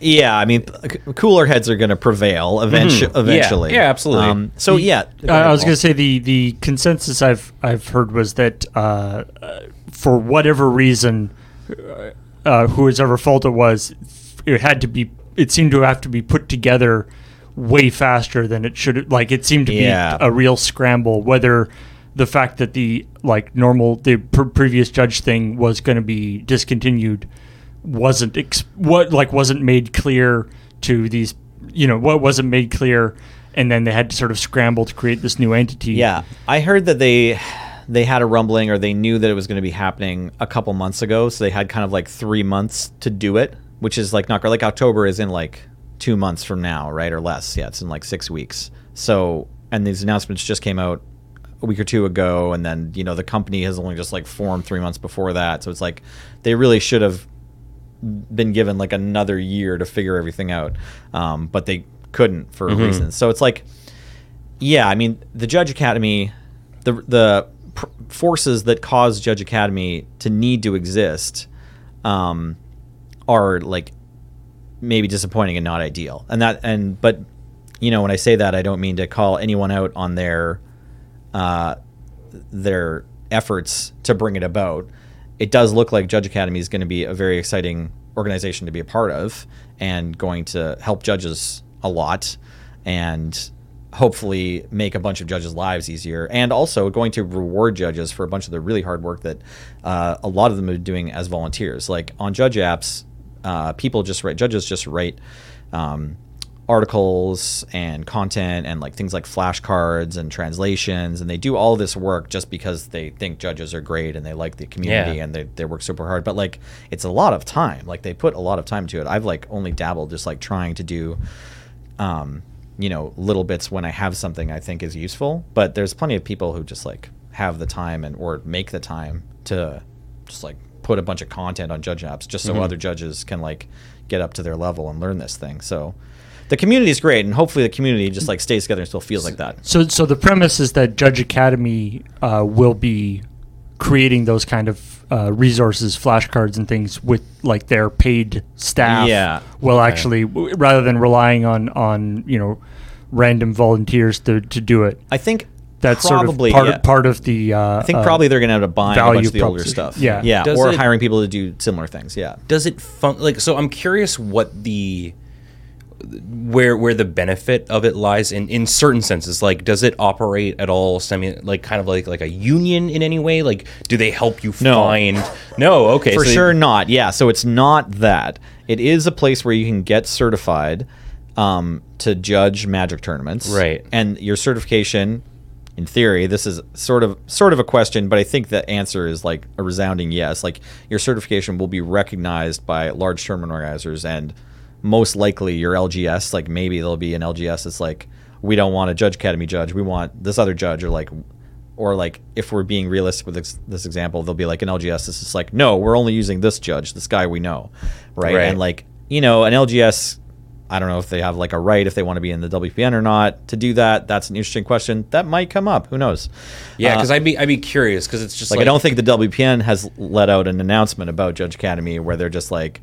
[SPEAKER 1] yeah i mean c- cooler heads are going to prevail eventu- eventually
[SPEAKER 2] Mm-hmm.
[SPEAKER 1] Um,
[SPEAKER 2] yeah, absolutely.
[SPEAKER 1] so yeah
[SPEAKER 3] Uh, I was going to say the the consensus I've I've heard was that uh, uh, for whatever reason, uh, whoever fault it was, it had to be. It seemed to have to be put together way faster than it should. Like it seemed to
[SPEAKER 1] Yeah.
[SPEAKER 3] be a real scramble. Whether the fact that the like normal the pr- previous judge thing was going to be discontinued wasn't ex- what like wasn't made clear to these you know what wasn't made clear and then they had to sort of scramble to create this new entity
[SPEAKER 1] Yeah, I heard that they they had a rumbling or they knew that it was going to be happening a couple months ago, so they had kind of like three months to do it, which is like not like October is in like two months from now, right or less. Yeah, it's in like six weeks. So and these announcements just came out a week or two ago, and then you know the company has only just like formed three months before that, so it's like they really should have been given like another year to figure everything out, um, but they couldn't for reasons. So it's like yeah, I mean the Judge Academy, the the pr- forces that cause Judge Academy to need to exist, um, are like maybe disappointing and not ideal. And that and but you know when I say that I don't mean to call anyone out on their uh, their efforts to bring it about. It does look like Judge Academy is going to be a very exciting organization to be a part of and going to help judges a lot and hopefully make a bunch of judges' lives easier and also going to reward judges for a bunch of the really hard work that uh, a lot of them are doing as volunteers. Like on Judge Apps, uh, people just write, judges just write. Um, articles and content and like things like flashcards and translations and they do all this work just because they think judges are great and they like the community
[SPEAKER 2] Yeah.
[SPEAKER 1] and they, they work super hard but like it's a lot of time like they put a lot of time to it i've like only dabbled just like trying to do um you know little bits when i have something i think is useful but there's plenty of people who just like have the time and or make the time to just like put a bunch of content on judge apps just so other judges can like get up to their level and learn this thing so the community is great and hopefully the community just like stays together and still feels like that
[SPEAKER 3] so so the premise is that judge academy uh, will be creating those kind of uh, resources flashcards and things with like their paid staff
[SPEAKER 1] Yeah.
[SPEAKER 3] will actually w- rather than relying on on you know random volunteers to, to do it
[SPEAKER 1] i think
[SPEAKER 3] that's
[SPEAKER 1] probably
[SPEAKER 3] sort of part,
[SPEAKER 1] yeah.
[SPEAKER 3] part of the uh,
[SPEAKER 1] i think probably they're gonna end up buying a bunch
[SPEAKER 3] value
[SPEAKER 1] of the older
[SPEAKER 3] proposition.
[SPEAKER 1] stuff
[SPEAKER 3] Yeah.
[SPEAKER 1] yeah
[SPEAKER 2] Does
[SPEAKER 1] or
[SPEAKER 2] it-
[SPEAKER 1] hiring people to do similar things yeah
[SPEAKER 2] does it fun like so i'm curious what the where where the benefit of it lies in in certain senses like does it operate at all semi like kind of like like a union in any way like do they help you
[SPEAKER 1] No.
[SPEAKER 2] find no okay
[SPEAKER 1] for
[SPEAKER 2] so they-
[SPEAKER 1] sure not yeah so it's not that it is a place where you can get certified um, to judge magic tournaments
[SPEAKER 2] Right.
[SPEAKER 1] and your certification in theory this is sort of sort of a question but i think the answer is like a resounding yes like your certification will be recognized by large tournament organizers and most likely your lgs like maybe there'll be an lgs that's like we don't want a judge academy judge we want this other judge or like or like if we're being realistic with this, this example, they'll be like an LGS. This is like no, we're only using this judge, this guy we know, right?
[SPEAKER 2] Right.
[SPEAKER 1] And like you know, an LGS, I don't know if they have like a right if they want to be in the WPN or not to do that. That's an interesting question that might come up. Who knows?
[SPEAKER 2] yeah
[SPEAKER 1] Uh,
[SPEAKER 2] because i'd be i'd be curious because it's just
[SPEAKER 1] like,
[SPEAKER 2] like,
[SPEAKER 1] I don't think the WPN has let out an announcement about Judge Academy where they're just like,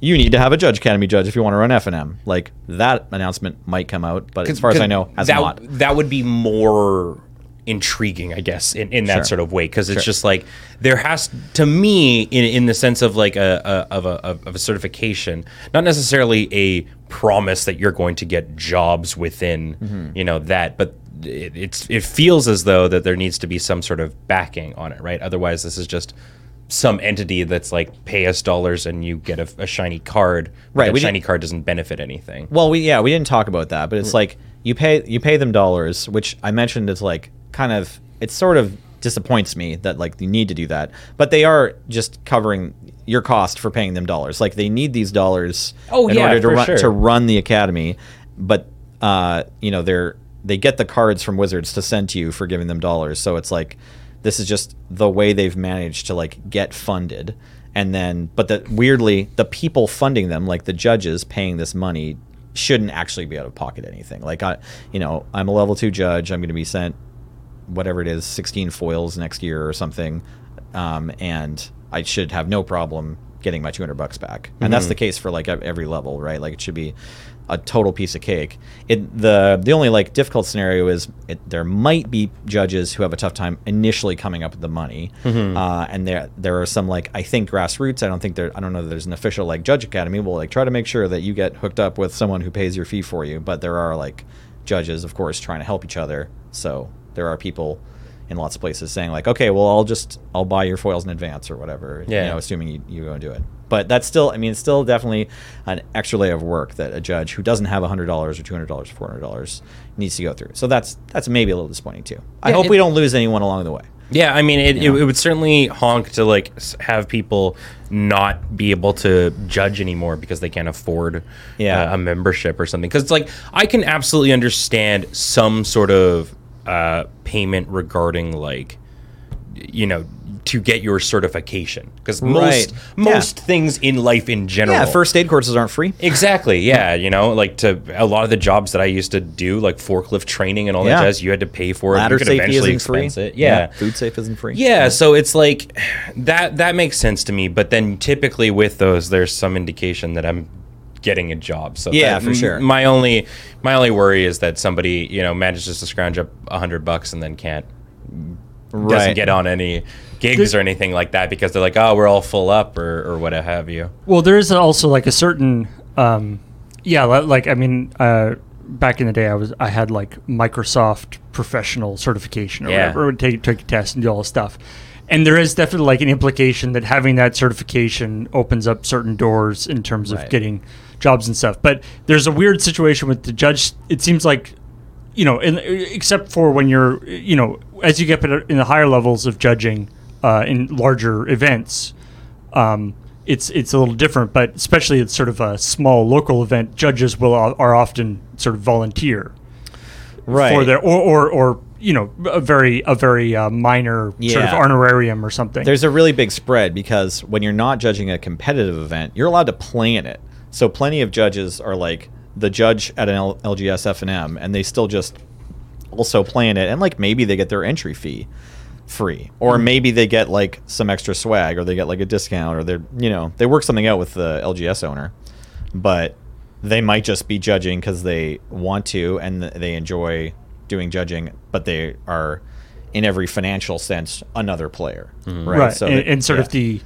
[SPEAKER 1] you need to have a judge academy judge if you want to run F and M. Like that announcement might come out, but as far as I know, has
[SPEAKER 2] that,
[SPEAKER 1] not.
[SPEAKER 2] That would be more intriguing, I guess, in, in that
[SPEAKER 1] Sure.
[SPEAKER 2] sort of way, because it's just like there has to me in, in the sense of like a, a of a of of a certification, not necessarily a promise that you're going to get jobs within,
[SPEAKER 1] Mm-hmm.
[SPEAKER 2] you know, that, but. It, it's it feels as though that there needs to be some sort of backing on it, right? Otherwise, this is just some entity that's like pay us dollars and you get a, a shiny card. but
[SPEAKER 1] Right,
[SPEAKER 2] that
[SPEAKER 1] we didn't-
[SPEAKER 2] shiny card doesn't benefit anything.
[SPEAKER 1] Well, we yeah, we didn't talk about that, but it's
[SPEAKER 2] Mm.
[SPEAKER 1] like you pay you pay them dollars, which I mentioned is like kind of it sort of disappoints me that like you need to do that, but they are just covering your cost for paying them dollars. Like they need these dollars
[SPEAKER 2] Oh,
[SPEAKER 1] in
[SPEAKER 2] yeah,
[SPEAKER 1] order to
[SPEAKER 2] for
[SPEAKER 1] run
[SPEAKER 2] sure.
[SPEAKER 1] to run the academy, but uh, you know they're they get the cards from wizards to send to you for giving them dollars. So it's like this is just the way they've managed to like get funded. And then, but that weirdly, the people funding them, like the judges paying this money, shouldn't actually be out of pocket anything. Like I, you know, I'm a level two judge. I'm going to be sent whatever it is, 16 foils next year or something, um, and I should have no problem getting my 200 bucks back. And that's the case for like ev- every level, right? Like it should be a total piece of cake. It the the only like difficult scenario is it, there might be judges who have a tough time initially coming up with the money,
[SPEAKER 2] Mm-hmm.
[SPEAKER 1] uh, and there there are some like I think grassroots. I don't think there I don't know that there's an official like judge academy. We'll like try to make sure that you get hooked up with someone who pays your fee for you, but there are like judges, of course, trying to help each other. So there are people in lots of places saying like, okay, well, I'll just I'll buy your foils in advance or whatever.
[SPEAKER 2] Yeah.
[SPEAKER 1] You know, assuming you, you go and do it. But that's still, I mean, it's still definitely an extra layer of work that a judge who doesn't have hundred dollars or two hundred dollars, four hundred dollars needs to go through. So that's that's maybe a little disappointing too. I
[SPEAKER 2] Yeah,
[SPEAKER 1] hope
[SPEAKER 2] it-
[SPEAKER 1] we don't lose anyone along the way.
[SPEAKER 2] Yeah, I mean, it, it, it would certainly honk to like s- have people not be able to judge anymore because they can't afford
[SPEAKER 1] Yeah.
[SPEAKER 2] uh, a membership or something. Because it's like I can absolutely understand some sort of uh, payment regarding like you know to get your certification because
[SPEAKER 1] Right.
[SPEAKER 2] most
[SPEAKER 1] Yeah.
[SPEAKER 2] most things in life in general
[SPEAKER 1] Yeah, first aid courses aren't free.
[SPEAKER 2] Exactly. Yeah. You know, like to a lot of the jobs that I used to do, like forklift training and all
[SPEAKER 1] Yeah.
[SPEAKER 2] that jazz, you had to pay for it.
[SPEAKER 1] Ladder
[SPEAKER 2] you could
[SPEAKER 1] safety
[SPEAKER 2] eventually
[SPEAKER 1] isn't free.
[SPEAKER 2] expense it. Yeah.
[SPEAKER 1] food safe isn't free.
[SPEAKER 2] Yeah, so it's like that that makes sense to me, but then typically with those there's some indication that I'm getting a job. So
[SPEAKER 1] Yeah,
[SPEAKER 2] that-
[SPEAKER 1] for sure.
[SPEAKER 2] My only my only worry is that somebody, you know, manages to scrounge up a 100 bucks and then can't doesn't
[SPEAKER 1] right.
[SPEAKER 2] get on any gigs
[SPEAKER 3] This-
[SPEAKER 2] or anything like that because they're like, "Oh, we're all full up" or or what have you.
[SPEAKER 3] Well, there is also like a certain, um, yeah, li- like I mean, uh, back in the day, I was I had like Microsoft professional certification or
[SPEAKER 2] Yeah.
[SPEAKER 3] whatever. I would take take a test and do all this stuff. And there is definitely like an implication that having that certification opens up certain doors in terms of
[SPEAKER 1] Right.
[SPEAKER 3] getting jobs and stuff. But there's a weird situation with the judge. It seems like you know, in, except for when you're, you know, as you get in the higher levels of judging uh, in larger events, um, it's it's a little different. But especially at sort of a small local event, judges will are often sort of volunteer
[SPEAKER 1] right.
[SPEAKER 3] for their or or, or you know a very a very uh, minor sort of
[SPEAKER 1] Yeah.
[SPEAKER 3] honorarium or something.
[SPEAKER 1] There's a really big spread because when you're not judging a competitive event, you're allowed to play in it. So plenty of judges are like the judge at an L- LGS F&M, and they still just also play in it, and like maybe they get their entry fee free, or
[SPEAKER 2] Mm-hmm.
[SPEAKER 1] maybe they get like some extra swag, or they get like a discount, or they're you know they work something out with the LGS owner, but they might just be judging because they want to and th- they enjoy doing judging, but they are in every financial sense another player,
[SPEAKER 2] Mm-hmm.
[SPEAKER 1] right?
[SPEAKER 3] right, and,
[SPEAKER 1] that-
[SPEAKER 3] and sort
[SPEAKER 1] yeah.
[SPEAKER 3] of the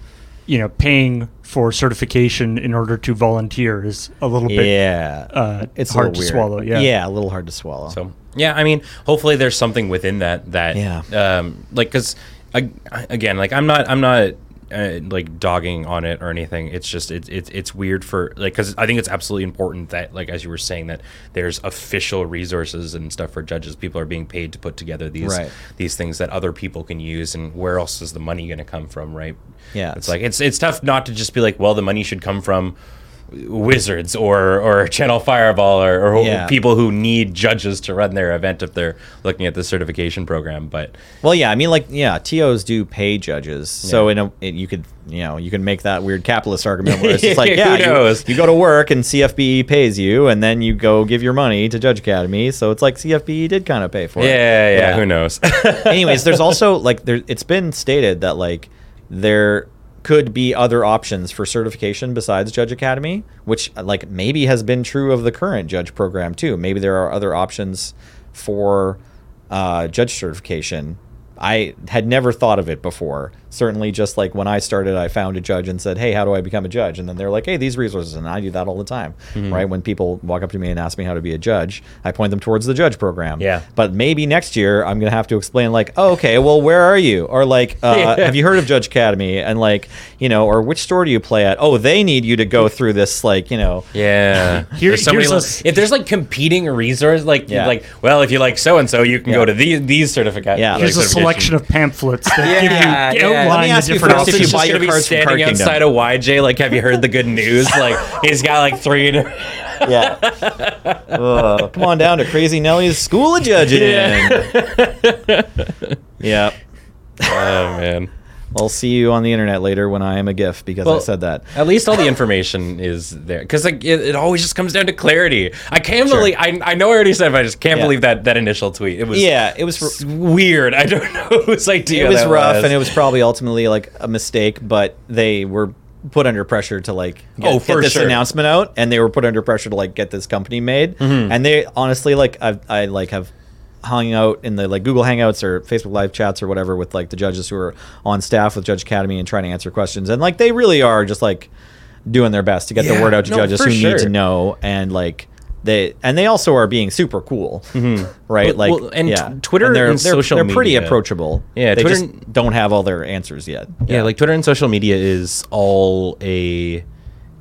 [SPEAKER 3] you know paying for certification in order to volunteer is a little bit
[SPEAKER 1] yeah,
[SPEAKER 3] uh,
[SPEAKER 1] it's a
[SPEAKER 3] hard
[SPEAKER 1] little
[SPEAKER 3] to
[SPEAKER 1] weird.
[SPEAKER 3] swallow. Yeah,
[SPEAKER 1] yeah, a little hard to swallow.
[SPEAKER 2] So yeah, I mean, hopefully there's something within that that
[SPEAKER 1] Yeah.
[SPEAKER 2] um, like because again, like I'm not I'm not uh, like dogging on it or anything. It's just it's it's it's weird for like because I think it's absolutely important that like as you were saying that there's official resources and stuff for judges. People are being paid to put together these
[SPEAKER 1] Right.
[SPEAKER 2] these things that other people can use, and where else is the money going to come from, right?
[SPEAKER 1] Yeah,
[SPEAKER 2] it's like it's it's tough not to just be like, well, the money should come from wizards or or channel fireball or, or
[SPEAKER 1] Yeah.
[SPEAKER 2] people who need judges to run their event if they're looking at the certification program but
[SPEAKER 1] Well, yeah, I mean, like, yeah, TOs do pay judges, so in a it, you could, you know, you can make that weird capitalist argument where it's just like,
[SPEAKER 2] Who
[SPEAKER 1] yeah, you-
[SPEAKER 2] knows?
[SPEAKER 1] You, go to work and CFBE pays you, and then you go give your money to Judge Academy, so it's like CFBE did kind of pay for
[SPEAKER 2] yeah
[SPEAKER 1] it.
[SPEAKER 2] yeah, who knows
[SPEAKER 1] Anyways, there's also like there. It's been stated that like there could be other options for certification besides Judge Academy, which like maybe has been true of the current judge program too. Maybe there are other options for uh, judge certification. I had never thought of it before. Certainly, just like when I started, I found a judge and said, "Hey, how do I become a judge?" And then they're like, "Hey, these resources," and I do that all the time, right? When people walk up to me and ask me how to be a judge, I point them towards the judge program.
[SPEAKER 2] Yeah.
[SPEAKER 1] But maybe next year I'm gonna have to explain, like, "Oh, okay, well, where are you?" Or like, uh, "Have you heard of Judge Academy?" And like, you know, or which store do you play at? Oh, they need you to go through this, like, you know,
[SPEAKER 2] Yeah.
[SPEAKER 3] Here-
[SPEAKER 2] There's so many
[SPEAKER 3] here's
[SPEAKER 2] little-
[SPEAKER 3] a-
[SPEAKER 2] if there's like competing resources, like
[SPEAKER 1] Yeah.
[SPEAKER 2] like well, if you like so and so, you can
[SPEAKER 1] Yeah.
[SPEAKER 2] go to these these certificates.
[SPEAKER 1] Yeah.
[SPEAKER 3] Here's a selection of pamphlets that give you
[SPEAKER 2] yeah. Let
[SPEAKER 3] outline
[SPEAKER 1] me
[SPEAKER 3] the
[SPEAKER 1] ask you
[SPEAKER 3] different
[SPEAKER 1] first if
[SPEAKER 2] If
[SPEAKER 1] you
[SPEAKER 3] options.
[SPEAKER 1] buy your
[SPEAKER 2] gonna be
[SPEAKER 1] cards from Card
[SPEAKER 2] standing
[SPEAKER 1] Kingdom.
[SPEAKER 2] outside of YJ, like, have you heard the good news? Like, he's got like three.
[SPEAKER 1] Oh, yeah. Ugh. Come on down to Crazy Nelly's School of Judging. Yeah.
[SPEAKER 2] Oh man.
[SPEAKER 1] I'll see you on the internet later when I am a GIF because I
[SPEAKER 2] Well-
[SPEAKER 1] said that.
[SPEAKER 2] At least all the information is there, because like it, it always just comes down to clarity. I can't
[SPEAKER 1] Sure.
[SPEAKER 2] believe I, I know I already said, it, but I just can't
[SPEAKER 1] Yeah.
[SPEAKER 2] believe that that initial tweet. It was
[SPEAKER 1] Yeah, it was
[SPEAKER 2] s- weird. I don't know whose idea
[SPEAKER 1] it was
[SPEAKER 2] that
[SPEAKER 1] rough and it was probably ultimately like a mistake, but they were put under pressure to like get,
[SPEAKER 2] Oh,
[SPEAKER 1] get
[SPEAKER 2] for
[SPEAKER 1] this
[SPEAKER 2] sure.
[SPEAKER 1] announcement out and they were put under pressure to like get this company made.
[SPEAKER 2] Mm-hmm.
[SPEAKER 1] And they honestly like I I like have hung out in the like Google Hangouts or Facebook live chats or whatever with like the judges who are on staff with Judge Academy and trying to answer questions and like they really are just like doing their best to get the
[SPEAKER 2] Yeah,
[SPEAKER 1] word out to
[SPEAKER 2] no,
[SPEAKER 1] judges
[SPEAKER 2] for
[SPEAKER 1] who need to
[SPEAKER 2] sure.
[SPEAKER 1] know and like they and they also are being super cool, right?
[SPEAKER 2] Well-
[SPEAKER 1] like
[SPEAKER 2] Mm-hmm. well, and
[SPEAKER 1] yeah.
[SPEAKER 2] t- Twitter
[SPEAKER 1] they're,
[SPEAKER 2] and
[SPEAKER 1] they're-
[SPEAKER 2] social
[SPEAKER 1] they're pretty
[SPEAKER 2] media.
[SPEAKER 1] approachable.
[SPEAKER 2] Yeah,
[SPEAKER 1] they
[SPEAKER 2] Twitter
[SPEAKER 1] just
[SPEAKER 2] and-
[SPEAKER 1] don't have all their answers yet.
[SPEAKER 2] yeah like twitter and social media is all a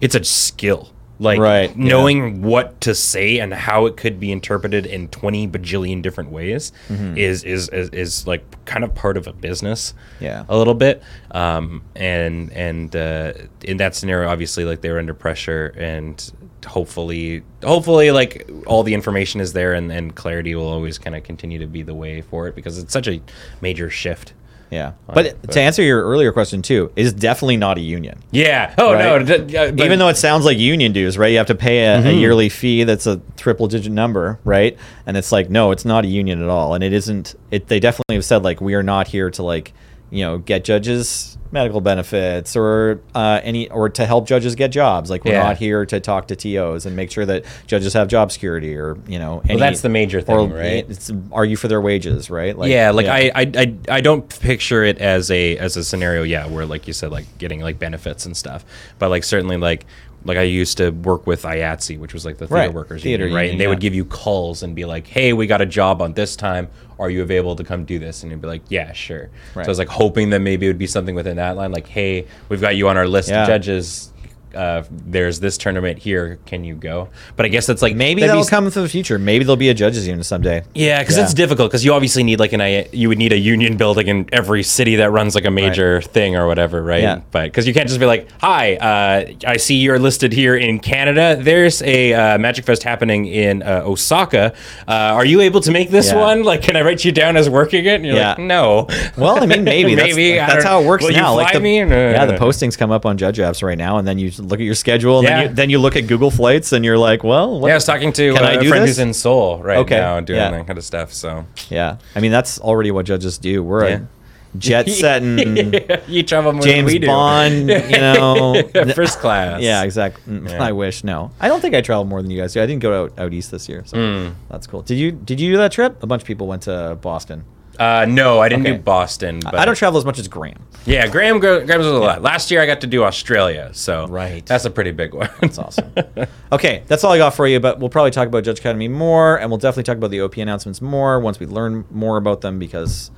[SPEAKER 2] it's a skill like
[SPEAKER 1] Right, yeah.
[SPEAKER 2] knowing what to say and how it could be interpreted in 20 bajillion different ways
[SPEAKER 1] Mm-hmm.
[SPEAKER 2] is, is is is like kind of part of a business
[SPEAKER 1] Yeah.
[SPEAKER 2] a little bit um and and uh in that scenario obviously like they're under pressure and hopefully hopefully like all the information is there and, and clarity will always kind of continue to be the way for it because it's such a major shift
[SPEAKER 1] Yeah. But,
[SPEAKER 2] uh, but-
[SPEAKER 1] to answer your earlier question too, it is definitely not a union.
[SPEAKER 2] yeah oh
[SPEAKER 1] Right.
[SPEAKER 2] no d- uh, but- Mm-hmm.
[SPEAKER 1] Even though it sounds like union dues, right? You have to pay a, a yearly fee that's a triple digit number, right? And it's like, no, it's not a union at all. And it isn't it they definitely have said like we are not here to like, you know, get judges medical benefits or uh, any or to help judges get jobs. Like we're
[SPEAKER 2] Yeah.
[SPEAKER 1] not here to talk to TOs and make sure that judges have job security or, you know, any,
[SPEAKER 2] that's the major thing,
[SPEAKER 1] or
[SPEAKER 2] right?
[SPEAKER 1] It's argue for their wages, right? Like
[SPEAKER 2] yeah, like I, I, I, I don't picture it as a as a scenario. Yeah, where like you said, like getting like benefits and stuff. But like certainly like like I used to work with IATSE, which was like the theater
[SPEAKER 1] Right,
[SPEAKER 2] workers
[SPEAKER 1] theater
[SPEAKER 2] union, right?
[SPEAKER 1] union,
[SPEAKER 2] and they
[SPEAKER 1] yeah.
[SPEAKER 2] would give you calls and be like, "Hey, we got a job on this time. Are you available to come do this?" And you'd be like, "Yeah, sure."
[SPEAKER 1] Right.
[SPEAKER 2] So I was like hoping that maybe it would be something within that line, like, "Hey, we've got you on our list
[SPEAKER 1] Yeah.
[SPEAKER 2] of judges." Uh, there's this tournament here. Can you go? But I guess that's like
[SPEAKER 1] Maybe
[SPEAKER 2] that'd be
[SPEAKER 1] that'll come for the future. Maybe there'll be a judges union someday.
[SPEAKER 2] Yeah, because
[SPEAKER 1] Yeah.
[SPEAKER 2] it's difficult because you obviously need like an I- you would need a union building in every city that runs like a major thing or whatever, right?
[SPEAKER 1] Yeah.
[SPEAKER 2] But because you can't just be like, "Hi, uh, I see you're listed here in Canada. There's a uh, Magic Fest happening in uh, Osaka. Uh, are you able to make this
[SPEAKER 1] Yeah.
[SPEAKER 2] one? Like, can I write you down as working it?" And you're like,
[SPEAKER 1] Yeah.
[SPEAKER 2] "No."
[SPEAKER 1] Well, I mean, maybe that's,
[SPEAKER 2] Maybe,
[SPEAKER 1] like,
[SPEAKER 2] I
[SPEAKER 1] that's
[SPEAKER 2] don't-
[SPEAKER 1] how it works
[SPEAKER 2] will you
[SPEAKER 1] now. like the,
[SPEAKER 2] fly me? uh, No, no,
[SPEAKER 1] yeah,
[SPEAKER 2] no,
[SPEAKER 1] the
[SPEAKER 2] no.
[SPEAKER 1] postings come up on Judge Apps right now, and then you look at your schedule, and
[SPEAKER 2] Yeah.
[SPEAKER 1] then, you, then you look at Google Flights, and you're like, well, what?
[SPEAKER 2] yeah, I was talking to
[SPEAKER 1] Can
[SPEAKER 2] uh,
[SPEAKER 1] I
[SPEAKER 2] a
[SPEAKER 1] do
[SPEAKER 2] friend
[SPEAKER 1] this?
[SPEAKER 2] who's in Seoul right
[SPEAKER 1] Okay,
[SPEAKER 2] now doing
[SPEAKER 1] yeah.
[SPEAKER 2] that kind of stuff. So
[SPEAKER 1] yeah. I mean, that's already what judges do. We're
[SPEAKER 2] Yeah.
[SPEAKER 1] a jet setting
[SPEAKER 2] you travel more than
[SPEAKER 1] James
[SPEAKER 2] we do.
[SPEAKER 1] Bond, you know.
[SPEAKER 2] first class.
[SPEAKER 1] Yeah, exactly. Mm,
[SPEAKER 2] Yeah.
[SPEAKER 1] I wish. No, I don't think I traveled more than you guys do. I didn't go out, out east this year, so
[SPEAKER 2] Mm.
[SPEAKER 1] that's cool. Did you? Did you do that trip? A bunch of people went to Boston.
[SPEAKER 2] Uh, no, I didn't
[SPEAKER 1] Okay.
[SPEAKER 2] do Boston. But
[SPEAKER 1] I don't travel as much as Graham.
[SPEAKER 2] Yeah, Graham go- Graham's was a lot. Last year I got to do Australia, so
[SPEAKER 1] Right.
[SPEAKER 2] that's a pretty big one.
[SPEAKER 1] That's awesome. okay, that's all I got for you, but we'll probably talk about Judge Academy more, and we'll definitely talk about the OP announcements more once we learn more about them because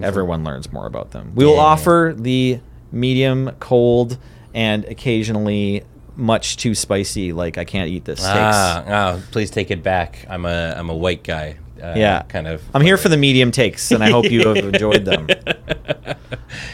[SPEAKER 1] everyone learns more about them. We will
[SPEAKER 2] Yeah.
[SPEAKER 1] offer the medium, cold, and occasionally much too spicy, like I can't eat this steaks.
[SPEAKER 2] ah, ah, please take it back. I'm a I'm a white guy. Uh,
[SPEAKER 1] yeah.
[SPEAKER 2] kind of.
[SPEAKER 1] I'm here for the medium takes, and I hope you have enjoyed them.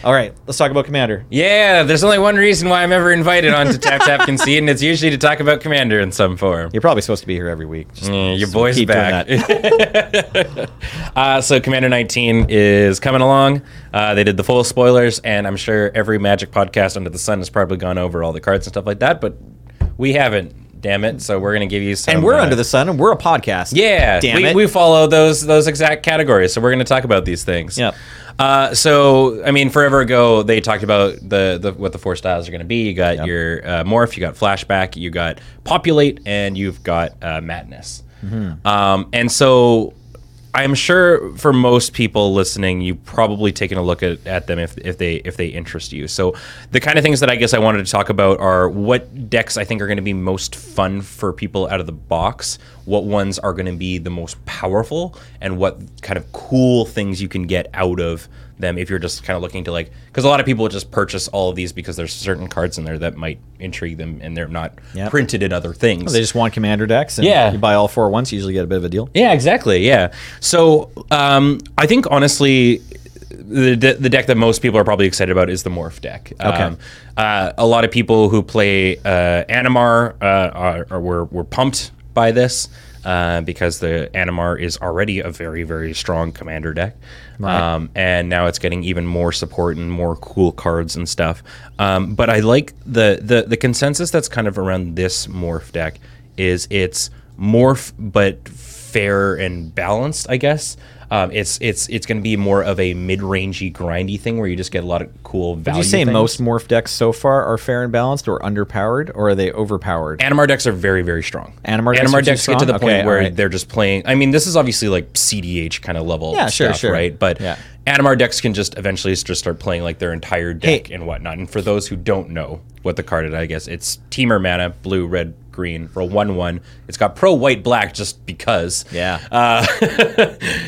[SPEAKER 1] All right, let's talk about Commander.
[SPEAKER 2] Yeah, there's only one reason why I'm ever invited on to Tap Tap Concede, and it's usually to talk about Commander in some form.
[SPEAKER 1] You're probably supposed to be here every week. Just
[SPEAKER 2] Yeah, your
[SPEAKER 1] so
[SPEAKER 2] boy's
[SPEAKER 1] keep doing
[SPEAKER 2] back.
[SPEAKER 1] that.
[SPEAKER 2] uh, so Commander 19 is coming along. Uh, they did the full spoilers, and I'm sure every Magic podcast under the sun has probably gone over all the cards and stuff like that, but we haven't. damn it. So we're gonna give you some.
[SPEAKER 1] And we're
[SPEAKER 2] uh,
[SPEAKER 1] under the sun, and we're a podcast.
[SPEAKER 2] Yeah,
[SPEAKER 1] damn
[SPEAKER 2] we,
[SPEAKER 1] it.
[SPEAKER 2] we follow those those exact categories. So we're going to talk about these things.
[SPEAKER 1] Yep.
[SPEAKER 2] Uh, so I mean, forever ago, they talked about the, the what the four styles are going to be. You got your uh, morph, you got flashback, you got populate, and you've got uh, madness. Um, and so I'm sure for most people listening, you've probably taken a look at, at them if, if they if they interest you. So the kind of things that I guess I wanted to talk about are what decks I think are going to be most fun for people out of the box, what ones are going to be the most powerful, and what kind of cool things you can get out of them if you're just kind of looking to like because a lot of people just purchase all of these because there's certain cards in there that might intrigue them and they're not
[SPEAKER 1] Yep.
[SPEAKER 2] printed in other things.
[SPEAKER 1] They just want commander decks. And
[SPEAKER 2] Yeah.
[SPEAKER 1] You buy all four at once, you usually get a bit of a deal.
[SPEAKER 2] Yeah, exactly. Yeah. So um, I think honestly, the de- the deck that most people are probably excited about is the morph deck.
[SPEAKER 1] Okay.
[SPEAKER 2] Um, uh, a lot of people who play uh, Animar uh, are, are were were pumped by this. Uh, because the Animar is already a very, very strong commander deck. Um, and now it's getting even more support and more cool cards and stuff. Um, but I like the, the, the consensus that's kind of around this morph deck is it's morph but fair and balanced i guess um, it's it's it's going to be more of a mid-rangey grindy thing where you just get a lot of cool
[SPEAKER 1] Would
[SPEAKER 2] value
[SPEAKER 1] Uh, you say
[SPEAKER 2] things.
[SPEAKER 1] most morph decks so far are fair and balanced or underpowered, or are they overpowered?
[SPEAKER 2] Animar decks are very, very strong.
[SPEAKER 1] Animar decks are too
[SPEAKER 2] decks get to
[SPEAKER 1] strong?
[SPEAKER 2] the
[SPEAKER 1] Okay,
[SPEAKER 2] point where
[SPEAKER 1] alright.
[SPEAKER 2] they're just playing. I mean, this is obviously like CDH kind of level
[SPEAKER 1] Yeah, sure,
[SPEAKER 2] stuff,
[SPEAKER 1] sure.
[SPEAKER 2] right? But
[SPEAKER 1] Yeah.
[SPEAKER 2] Animar decks can just eventually s- just start playing like their entire deck and whatnot. And for those who don't know what the card is, I guess it's Teamer mana, blue, red, green for a one-one. It's got pro white black just because.
[SPEAKER 1] Yeah.
[SPEAKER 2] Uh,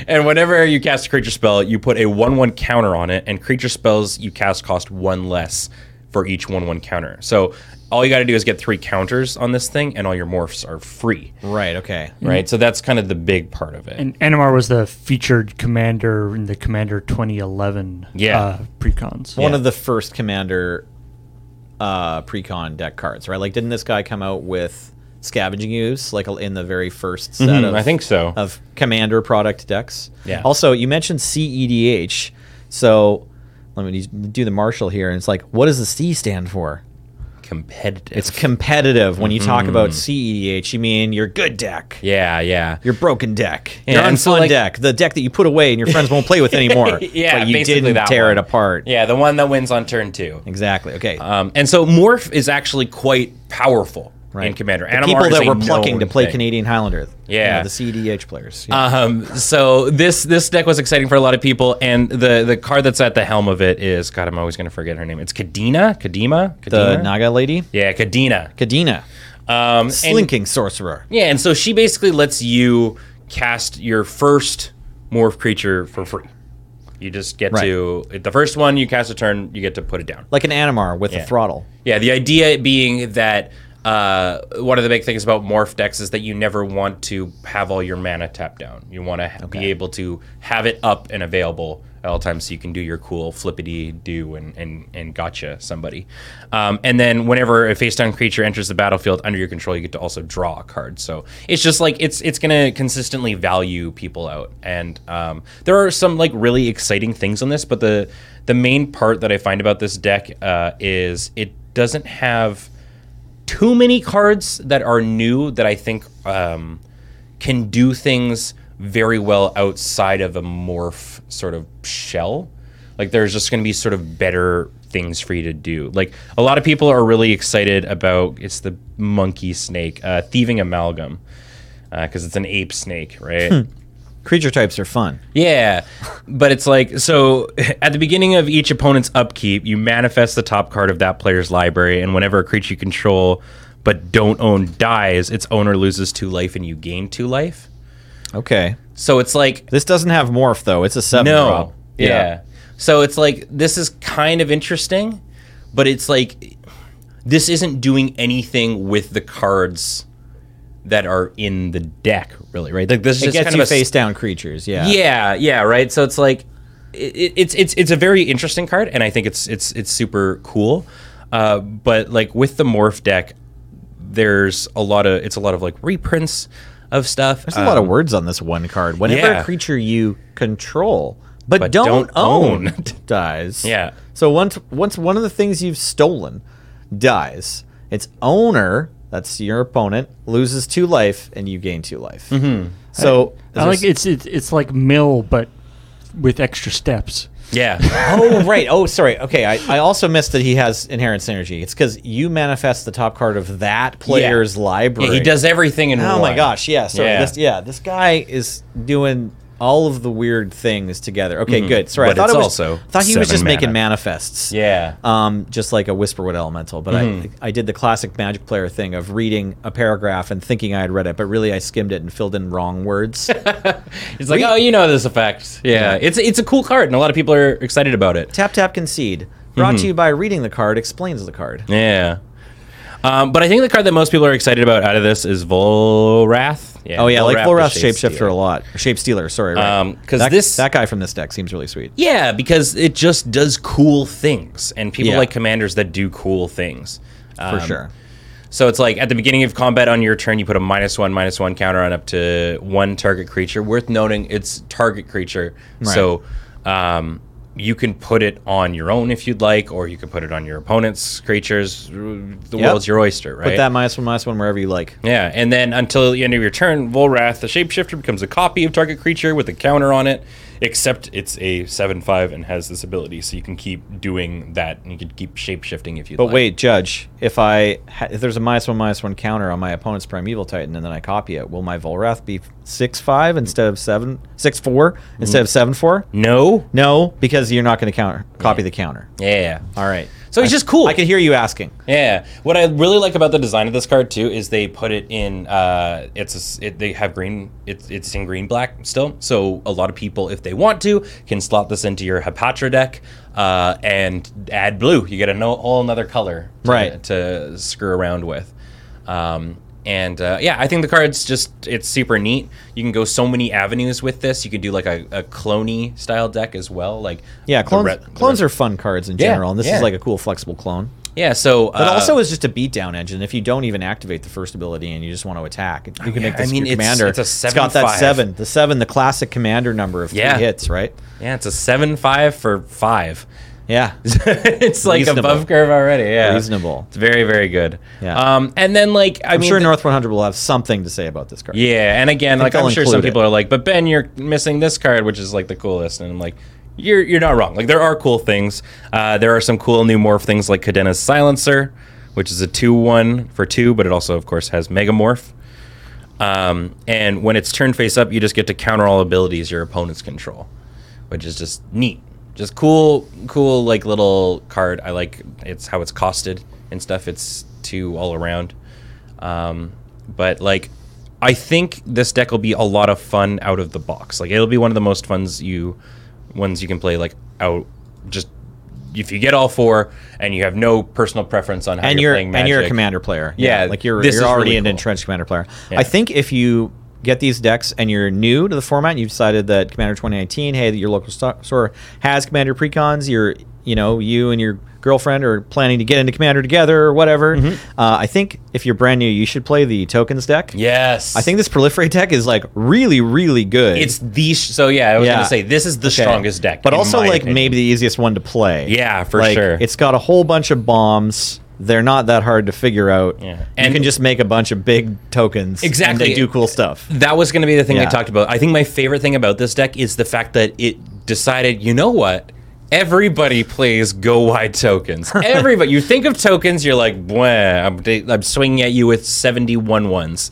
[SPEAKER 2] and whenever you cast a creature spell, you put a 1 1 counter on it, and creature spells you cast cost one less for each 1 1 counter. So all you got to do is get three counters on this thing, and all your morphs are free.
[SPEAKER 1] right. Okay.
[SPEAKER 2] Right? So that's kind of the big part of it.
[SPEAKER 3] And Animar was the featured commander in the Commander 2011
[SPEAKER 2] Yeah.
[SPEAKER 3] uh, precons.
[SPEAKER 1] One of the first commander uh, precon deck cards, right? Like, didn't this guy come out with scavenging use like in the very first set
[SPEAKER 2] Mhm,
[SPEAKER 1] of
[SPEAKER 2] I think so.
[SPEAKER 1] of commander product decks.
[SPEAKER 2] Yeah.
[SPEAKER 1] Also, you mentioned CEDH, so let me do the Marshall here, and it's like, what does the C stand for?
[SPEAKER 2] Competitive.
[SPEAKER 1] It's competitive. When you talk about
[SPEAKER 2] Mm-hmm.
[SPEAKER 1] CEDH, you mean your good deck,
[SPEAKER 2] yeah, yeah.
[SPEAKER 1] your broken deck, your
[SPEAKER 2] Yeah,
[SPEAKER 1] unfun
[SPEAKER 2] and so, like-
[SPEAKER 1] deck, the deck that you put away and your friends won't play with anymore.
[SPEAKER 2] Yeah,
[SPEAKER 1] but you
[SPEAKER 2] basically
[SPEAKER 1] didn't
[SPEAKER 2] that
[SPEAKER 1] tear
[SPEAKER 2] one.
[SPEAKER 1] it apart.
[SPEAKER 2] Yeah, the one that wins on turn two.
[SPEAKER 1] Exactly. Okay.
[SPEAKER 2] Um, and so morph is actually quite powerful in
[SPEAKER 1] Right.
[SPEAKER 2] Commander.
[SPEAKER 1] The
[SPEAKER 2] Animar
[SPEAKER 1] people
[SPEAKER 2] is
[SPEAKER 1] that
[SPEAKER 2] a
[SPEAKER 1] were plucking
[SPEAKER 2] known
[SPEAKER 1] to play
[SPEAKER 2] thing.
[SPEAKER 1] Canadian Highlander. you
[SPEAKER 2] Yeah.
[SPEAKER 1] know, the CDH players. Yeah.
[SPEAKER 2] Um, so this this deck was exciting for a lot of people, and the the card that's at the helm of it is God. I'm always going to forget her name. It's Kadena, Kadima,
[SPEAKER 1] the
[SPEAKER 2] Kadena?
[SPEAKER 1] Naga lady,
[SPEAKER 2] Yeah, Kadena.
[SPEAKER 1] Kadena,
[SPEAKER 2] Um, and-
[SPEAKER 1] slinking sorcerer.
[SPEAKER 2] yeah, and so she basically lets you cast your first morph creature for free. You just get
[SPEAKER 1] Right.
[SPEAKER 2] to the first one you cast a turn, you get to put it down.
[SPEAKER 1] Like an Animar with
[SPEAKER 2] Yeah.
[SPEAKER 1] a throttle.
[SPEAKER 2] Yeah, the idea being that uh, one of the big things about morph decks is that you never want to have all your mana tapped down. You want to be able to have it up and available at all times so you can do your cool flippity do and, and, and gotcha somebody. Um, and then whenever a face down creature enters the battlefield under your control, you get to also draw a card. So it's just like it's it's gonna consistently value people out. And um, there are some like really exciting things on this, but the the main part that I find about this deck uh, is it doesn't have too many cards that are new that I think um, can do things very well outside of a morph sort of shell. Like there's just going to be sort of better things for you to do. Like a lot of people are really excited about it's the monkey snake, uh, thieving amalgam, because it's an ape snake, right?
[SPEAKER 1] Creature types are fun.
[SPEAKER 2] Yeah, but it's like so at the beginning of each opponent's upkeep, you manifest the top card of that player's library, and whenever a creature you control but don't own dies, its owner loses two life and you gain two life.
[SPEAKER 1] Okay.
[SPEAKER 2] So it's like
[SPEAKER 1] This doesn't have morph though. It's a seven.
[SPEAKER 2] no,
[SPEAKER 1] drop.
[SPEAKER 2] yeah. So it's like this is kind of interesting, but it's like this isn't doing anything with the cards that are in the deck, really, right? Like this is
[SPEAKER 1] It
[SPEAKER 2] just
[SPEAKER 1] gets
[SPEAKER 2] kind
[SPEAKER 1] you
[SPEAKER 2] of a
[SPEAKER 1] face down creatures. Yeah.
[SPEAKER 2] yeah, yeah, right. So it's like it, it's it's it's a very interesting card, and I think it's it's it's super cool. Uh, but like with the morph deck, there's a lot of it's a lot of like reprints of stuff.
[SPEAKER 1] There's a lot of words on this one card. Whenever
[SPEAKER 2] Um, yeah.
[SPEAKER 1] a creature you control but,
[SPEAKER 2] But
[SPEAKER 1] don't,
[SPEAKER 2] don't
[SPEAKER 1] own,
[SPEAKER 2] own.
[SPEAKER 1] dies.
[SPEAKER 2] Yeah.
[SPEAKER 1] So once once one of the things you've stolen dies, its owner That's your opponent loses two life, and you gain two life. So
[SPEAKER 3] I like it's, it's it's like mill, but with extra steps.
[SPEAKER 2] Yeah.
[SPEAKER 1] oh right. Oh sorry. Okay. I, I also missed that he has inherent synergy. It's because you manifest the top card of that player's library.
[SPEAKER 2] Yeah, he does everything in
[SPEAKER 1] Oh
[SPEAKER 2] one.
[SPEAKER 1] my gosh. Yeah. Sorry.
[SPEAKER 2] Yeah.
[SPEAKER 1] This, yeah. This guy is doing all of the weird things together. Okay. Good. Sorry.
[SPEAKER 2] Mm-hmm.
[SPEAKER 1] I thought
[SPEAKER 2] But it's
[SPEAKER 1] it was,
[SPEAKER 2] also
[SPEAKER 1] thought he was
[SPEAKER 2] seven
[SPEAKER 1] just making
[SPEAKER 2] mana.
[SPEAKER 1] manifests.
[SPEAKER 2] Yeah. Mm-hmm.
[SPEAKER 1] Um, just like a Whisperwood Elemental, but I, I did the classic Magic Player thing of reading a paragraph and thinking I had read it, but really I skimmed it and filled in wrong words.
[SPEAKER 2] It's like, oh, you know this effect. Yeah. It's it's a cool card, and a lot of people are excited about it.
[SPEAKER 1] tap tap concede. Brought to you by reading the card explains the card.
[SPEAKER 2] Mm-hmm. Yeah. Um, but I think the card that most people are excited about out of this is Volrath.
[SPEAKER 1] Oh yeah, like
[SPEAKER 2] the
[SPEAKER 1] Volrath
[SPEAKER 2] Shapestealer.
[SPEAKER 1] shapeshifter a lot. Shapestealer, sorry. right.
[SPEAKER 2] Um, 'cause
[SPEAKER 1] That-
[SPEAKER 2] this-
[SPEAKER 1] that guy from this deck seems really sweet.
[SPEAKER 2] Yeah, because it just does cool things, and people
[SPEAKER 1] Yeah.
[SPEAKER 2] like commanders that do cool things.
[SPEAKER 1] for
[SPEAKER 2] Um,
[SPEAKER 1] sure.
[SPEAKER 2] So it's like at the beginning of combat on your turn, you put a minus one, minus one counter on up to one target creature. Worth noting, it's target creature.
[SPEAKER 1] Right.
[SPEAKER 2] So um, you can put it on your own if you'd like, or you can put it on your opponent's creatures. The
[SPEAKER 1] Yep.
[SPEAKER 2] world's your oyster, right?
[SPEAKER 1] Put that minus one, minus one wherever you like.
[SPEAKER 2] Yeah, and then until the end of your turn, Volrath, the shapeshifter, becomes a copy of target creature with a counter on it, except it's a 7 5 and has this ability. So you can keep doing that and you can keep shapeshifting if you
[SPEAKER 1] But
[SPEAKER 2] like.
[SPEAKER 1] wait, Judge, if I ha- if there's a minus one, minus one counter on my opponent's primeval titan, and then I copy it, will my Volrath be six five instead of seven six four instead
[SPEAKER 2] Mm-hmm.
[SPEAKER 1] of seven four?
[SPEAKER 2] No?
[SPEAKER 1] No, because you're not going to counter copy the counter.
[SPEAKER 2] Yeah.
[SPEAKER 1] All right.
[SPEAKER 2] So it's just cool.
[SPEAKER 1] I could hear you asking.
[SPEAKER 2] Yeah. What I really like about the design of this card too is they put it in. Uh, it's a s it, they have green. It's it's in green black still. So a lot of people, if they want to, can slot this into your Hepatra deck uh, and add blue. You get a no, whole another color to,
[SPEAKER 1] Right.
[SPEAKER 2] to screw around with. Um, and uh, yeah, I think the card's just it's super neat. You can go so many avenues with this. You can do like a, a cloney style deck as well. Like
[SPEAKER 1] Yeah,
[SPEAKER 2] the
[SPEAKER 1] clones,
[SPEAKER 2] red- the
[SPEAKER 1] clones
[SPEAKER 2] red-
[SPEAKER 1] are fun cards in
[SPEAKER 2] Yeah,
[SPEAKER 1] general, and this
[SPEAKER 2] yeah.
[SPEAKER 1] is like a cool flexible clone.
[SPEAKER 2] yeah. So
[SPEAKER 1] But
[SPEAKER 2] uh,
[SPEAKER 1] also is just a beatdown engine. If you don't even activate the first ability and you just want to attack, you can
[SPEAKER 2] Oh, yeah,
[SPEAKER 1] make this
[SPEAKER 2] I mean,
[SPEAKER 1] your
[SPEAKER 2] it's-
[SPEAKER 1] commander.
[SPEAKER 2] it's a
[SPEAKER 1] got that
[SPEAKER 2] 7-5.
[SPEAKER 1] seven, the seven, the classic commander number of three
[SPEAKER 2] Yeah.
[SPEAKER 1] hits, right?
[SPEAKER 2] Yeah, it's a seven five for five.
[SPEAKER 1] Yeah,
[SPEAKER 2] it's like
[SPEAKER 1] Reasonable.
[SPEAKER 2] above curve already. Yeah,
[SPEAKER 1] Reasonable.
[SPEAKER 2] It's very very good.
[SPEAKER 1] Yeah.
[SPEAKER 2] Um, and then like I
[SPEAKER 1] I'm
[SPEAKER 2] mean,
[SPEAKER 1] sure
[SPEAKER 2] the-
[SPEAKER 1] North 100 will have something to say about this card.
[SPEAKER 2] Yeah, and again, like
[SPEAKER 1] they'll
[SPEAKER 2] I'm sure some
[SPEAKER 1] include it.
[SPEAKER 2] people are like, but Ben, you're missing this card, which is like the coolest, and I'm like. You're, you're not wrong. Like there are cool things. Uh, there are some cool new morph things like Cadena's Silencer, which is a two one for two, but it also of course has Megamorph. Um, and when it's turned face up, you just get to counter all abilities your opponents control, which is just neat. Just cool, cool like little card. I like it's how it's costed and stuff. It's two all around. Um, but like, I think this deck will be a lot of fun out of the box. Like it'll be one of the most funs you ones you can play like out just if you get all four and you have no personal preference on how
[SPEAKER 1] and
[SPEAKER 2] you're,
[SPEAKER 1] you're,
[SPEAKER 2] playing
[SPEAKER 1] and you're a
[SPEAKER 2] Magic.
[SPEAKER 1] commander player.
[SPEAKER 2] Yeah,
[SPEAKER 1] like you're
[SPEAKER 2] this
[SPEAKER 1] you're
[SPEAKER 2] is
[SPEAKER 1] already
[SPEAKER 2] really
[SPEAKER 1] an
[SPEAKER 2] cool.
[SPEAKER 1] entrenched commander player.
[SPEAKER 2] Yeah.
[SPEAKER 1] I think if you get these decks and you're new to the format, and you've decided that Commander 2019, hey, your local sto- store has Commander precons. You're you know you and your girlfriend are planning to get into Commander together or whatever. Uh, I think if you're brand new, you should play the tokens deck.
[SPEAKER 2] Mm-hmm. Yes,
[SPEAKER 1] I think this proliferate deck is like really really good.
[SPEAKER 2] It's the sh- so yeah. I was
[SPEAKER 1] Yeah.
[SPEAKER 2] gonna say this is the
[SPEAKER 1] Okay.
[SPEAKER 2] strongest deck,
[SPEAKER 1] But
[SPEAKER 2] in
[SPEAKER 1] also,
[SPEAKER 2] my
[SPEAKER 1] like,
[SPEAKER 2] opinion.
[SPEAKER 1] maybe the easiest one to play.
[SPEAKER 2] Yeah, for
[SPEAKER 1] Like,
[SPEAKER 2] sure.
[SPEAKER 1] It's got a whole bunch of bombs. They're not that hard to figure out.
[SPEAKER 2] Yeah.
[SPEAKER 1] you
[SPEAKER 2] And-
[SPEAKER 1] can just make a bunch of big tokens. and
[SPEAKER 2] Exactly.
[SPEAKER 1] they do cool stuff.
[SPEAKER 2] that was gonna be the thing
[SPEAKER 1] Yeah.
[SPEAKER 2] we talked about. I think my favorite thing about this deck is the fact that it decided. You know what? Everybody plays go wide tokens. Everybody, you think of tokens, you're like, "Bleh, I'm, da- I'm swinging at you with 71 ones.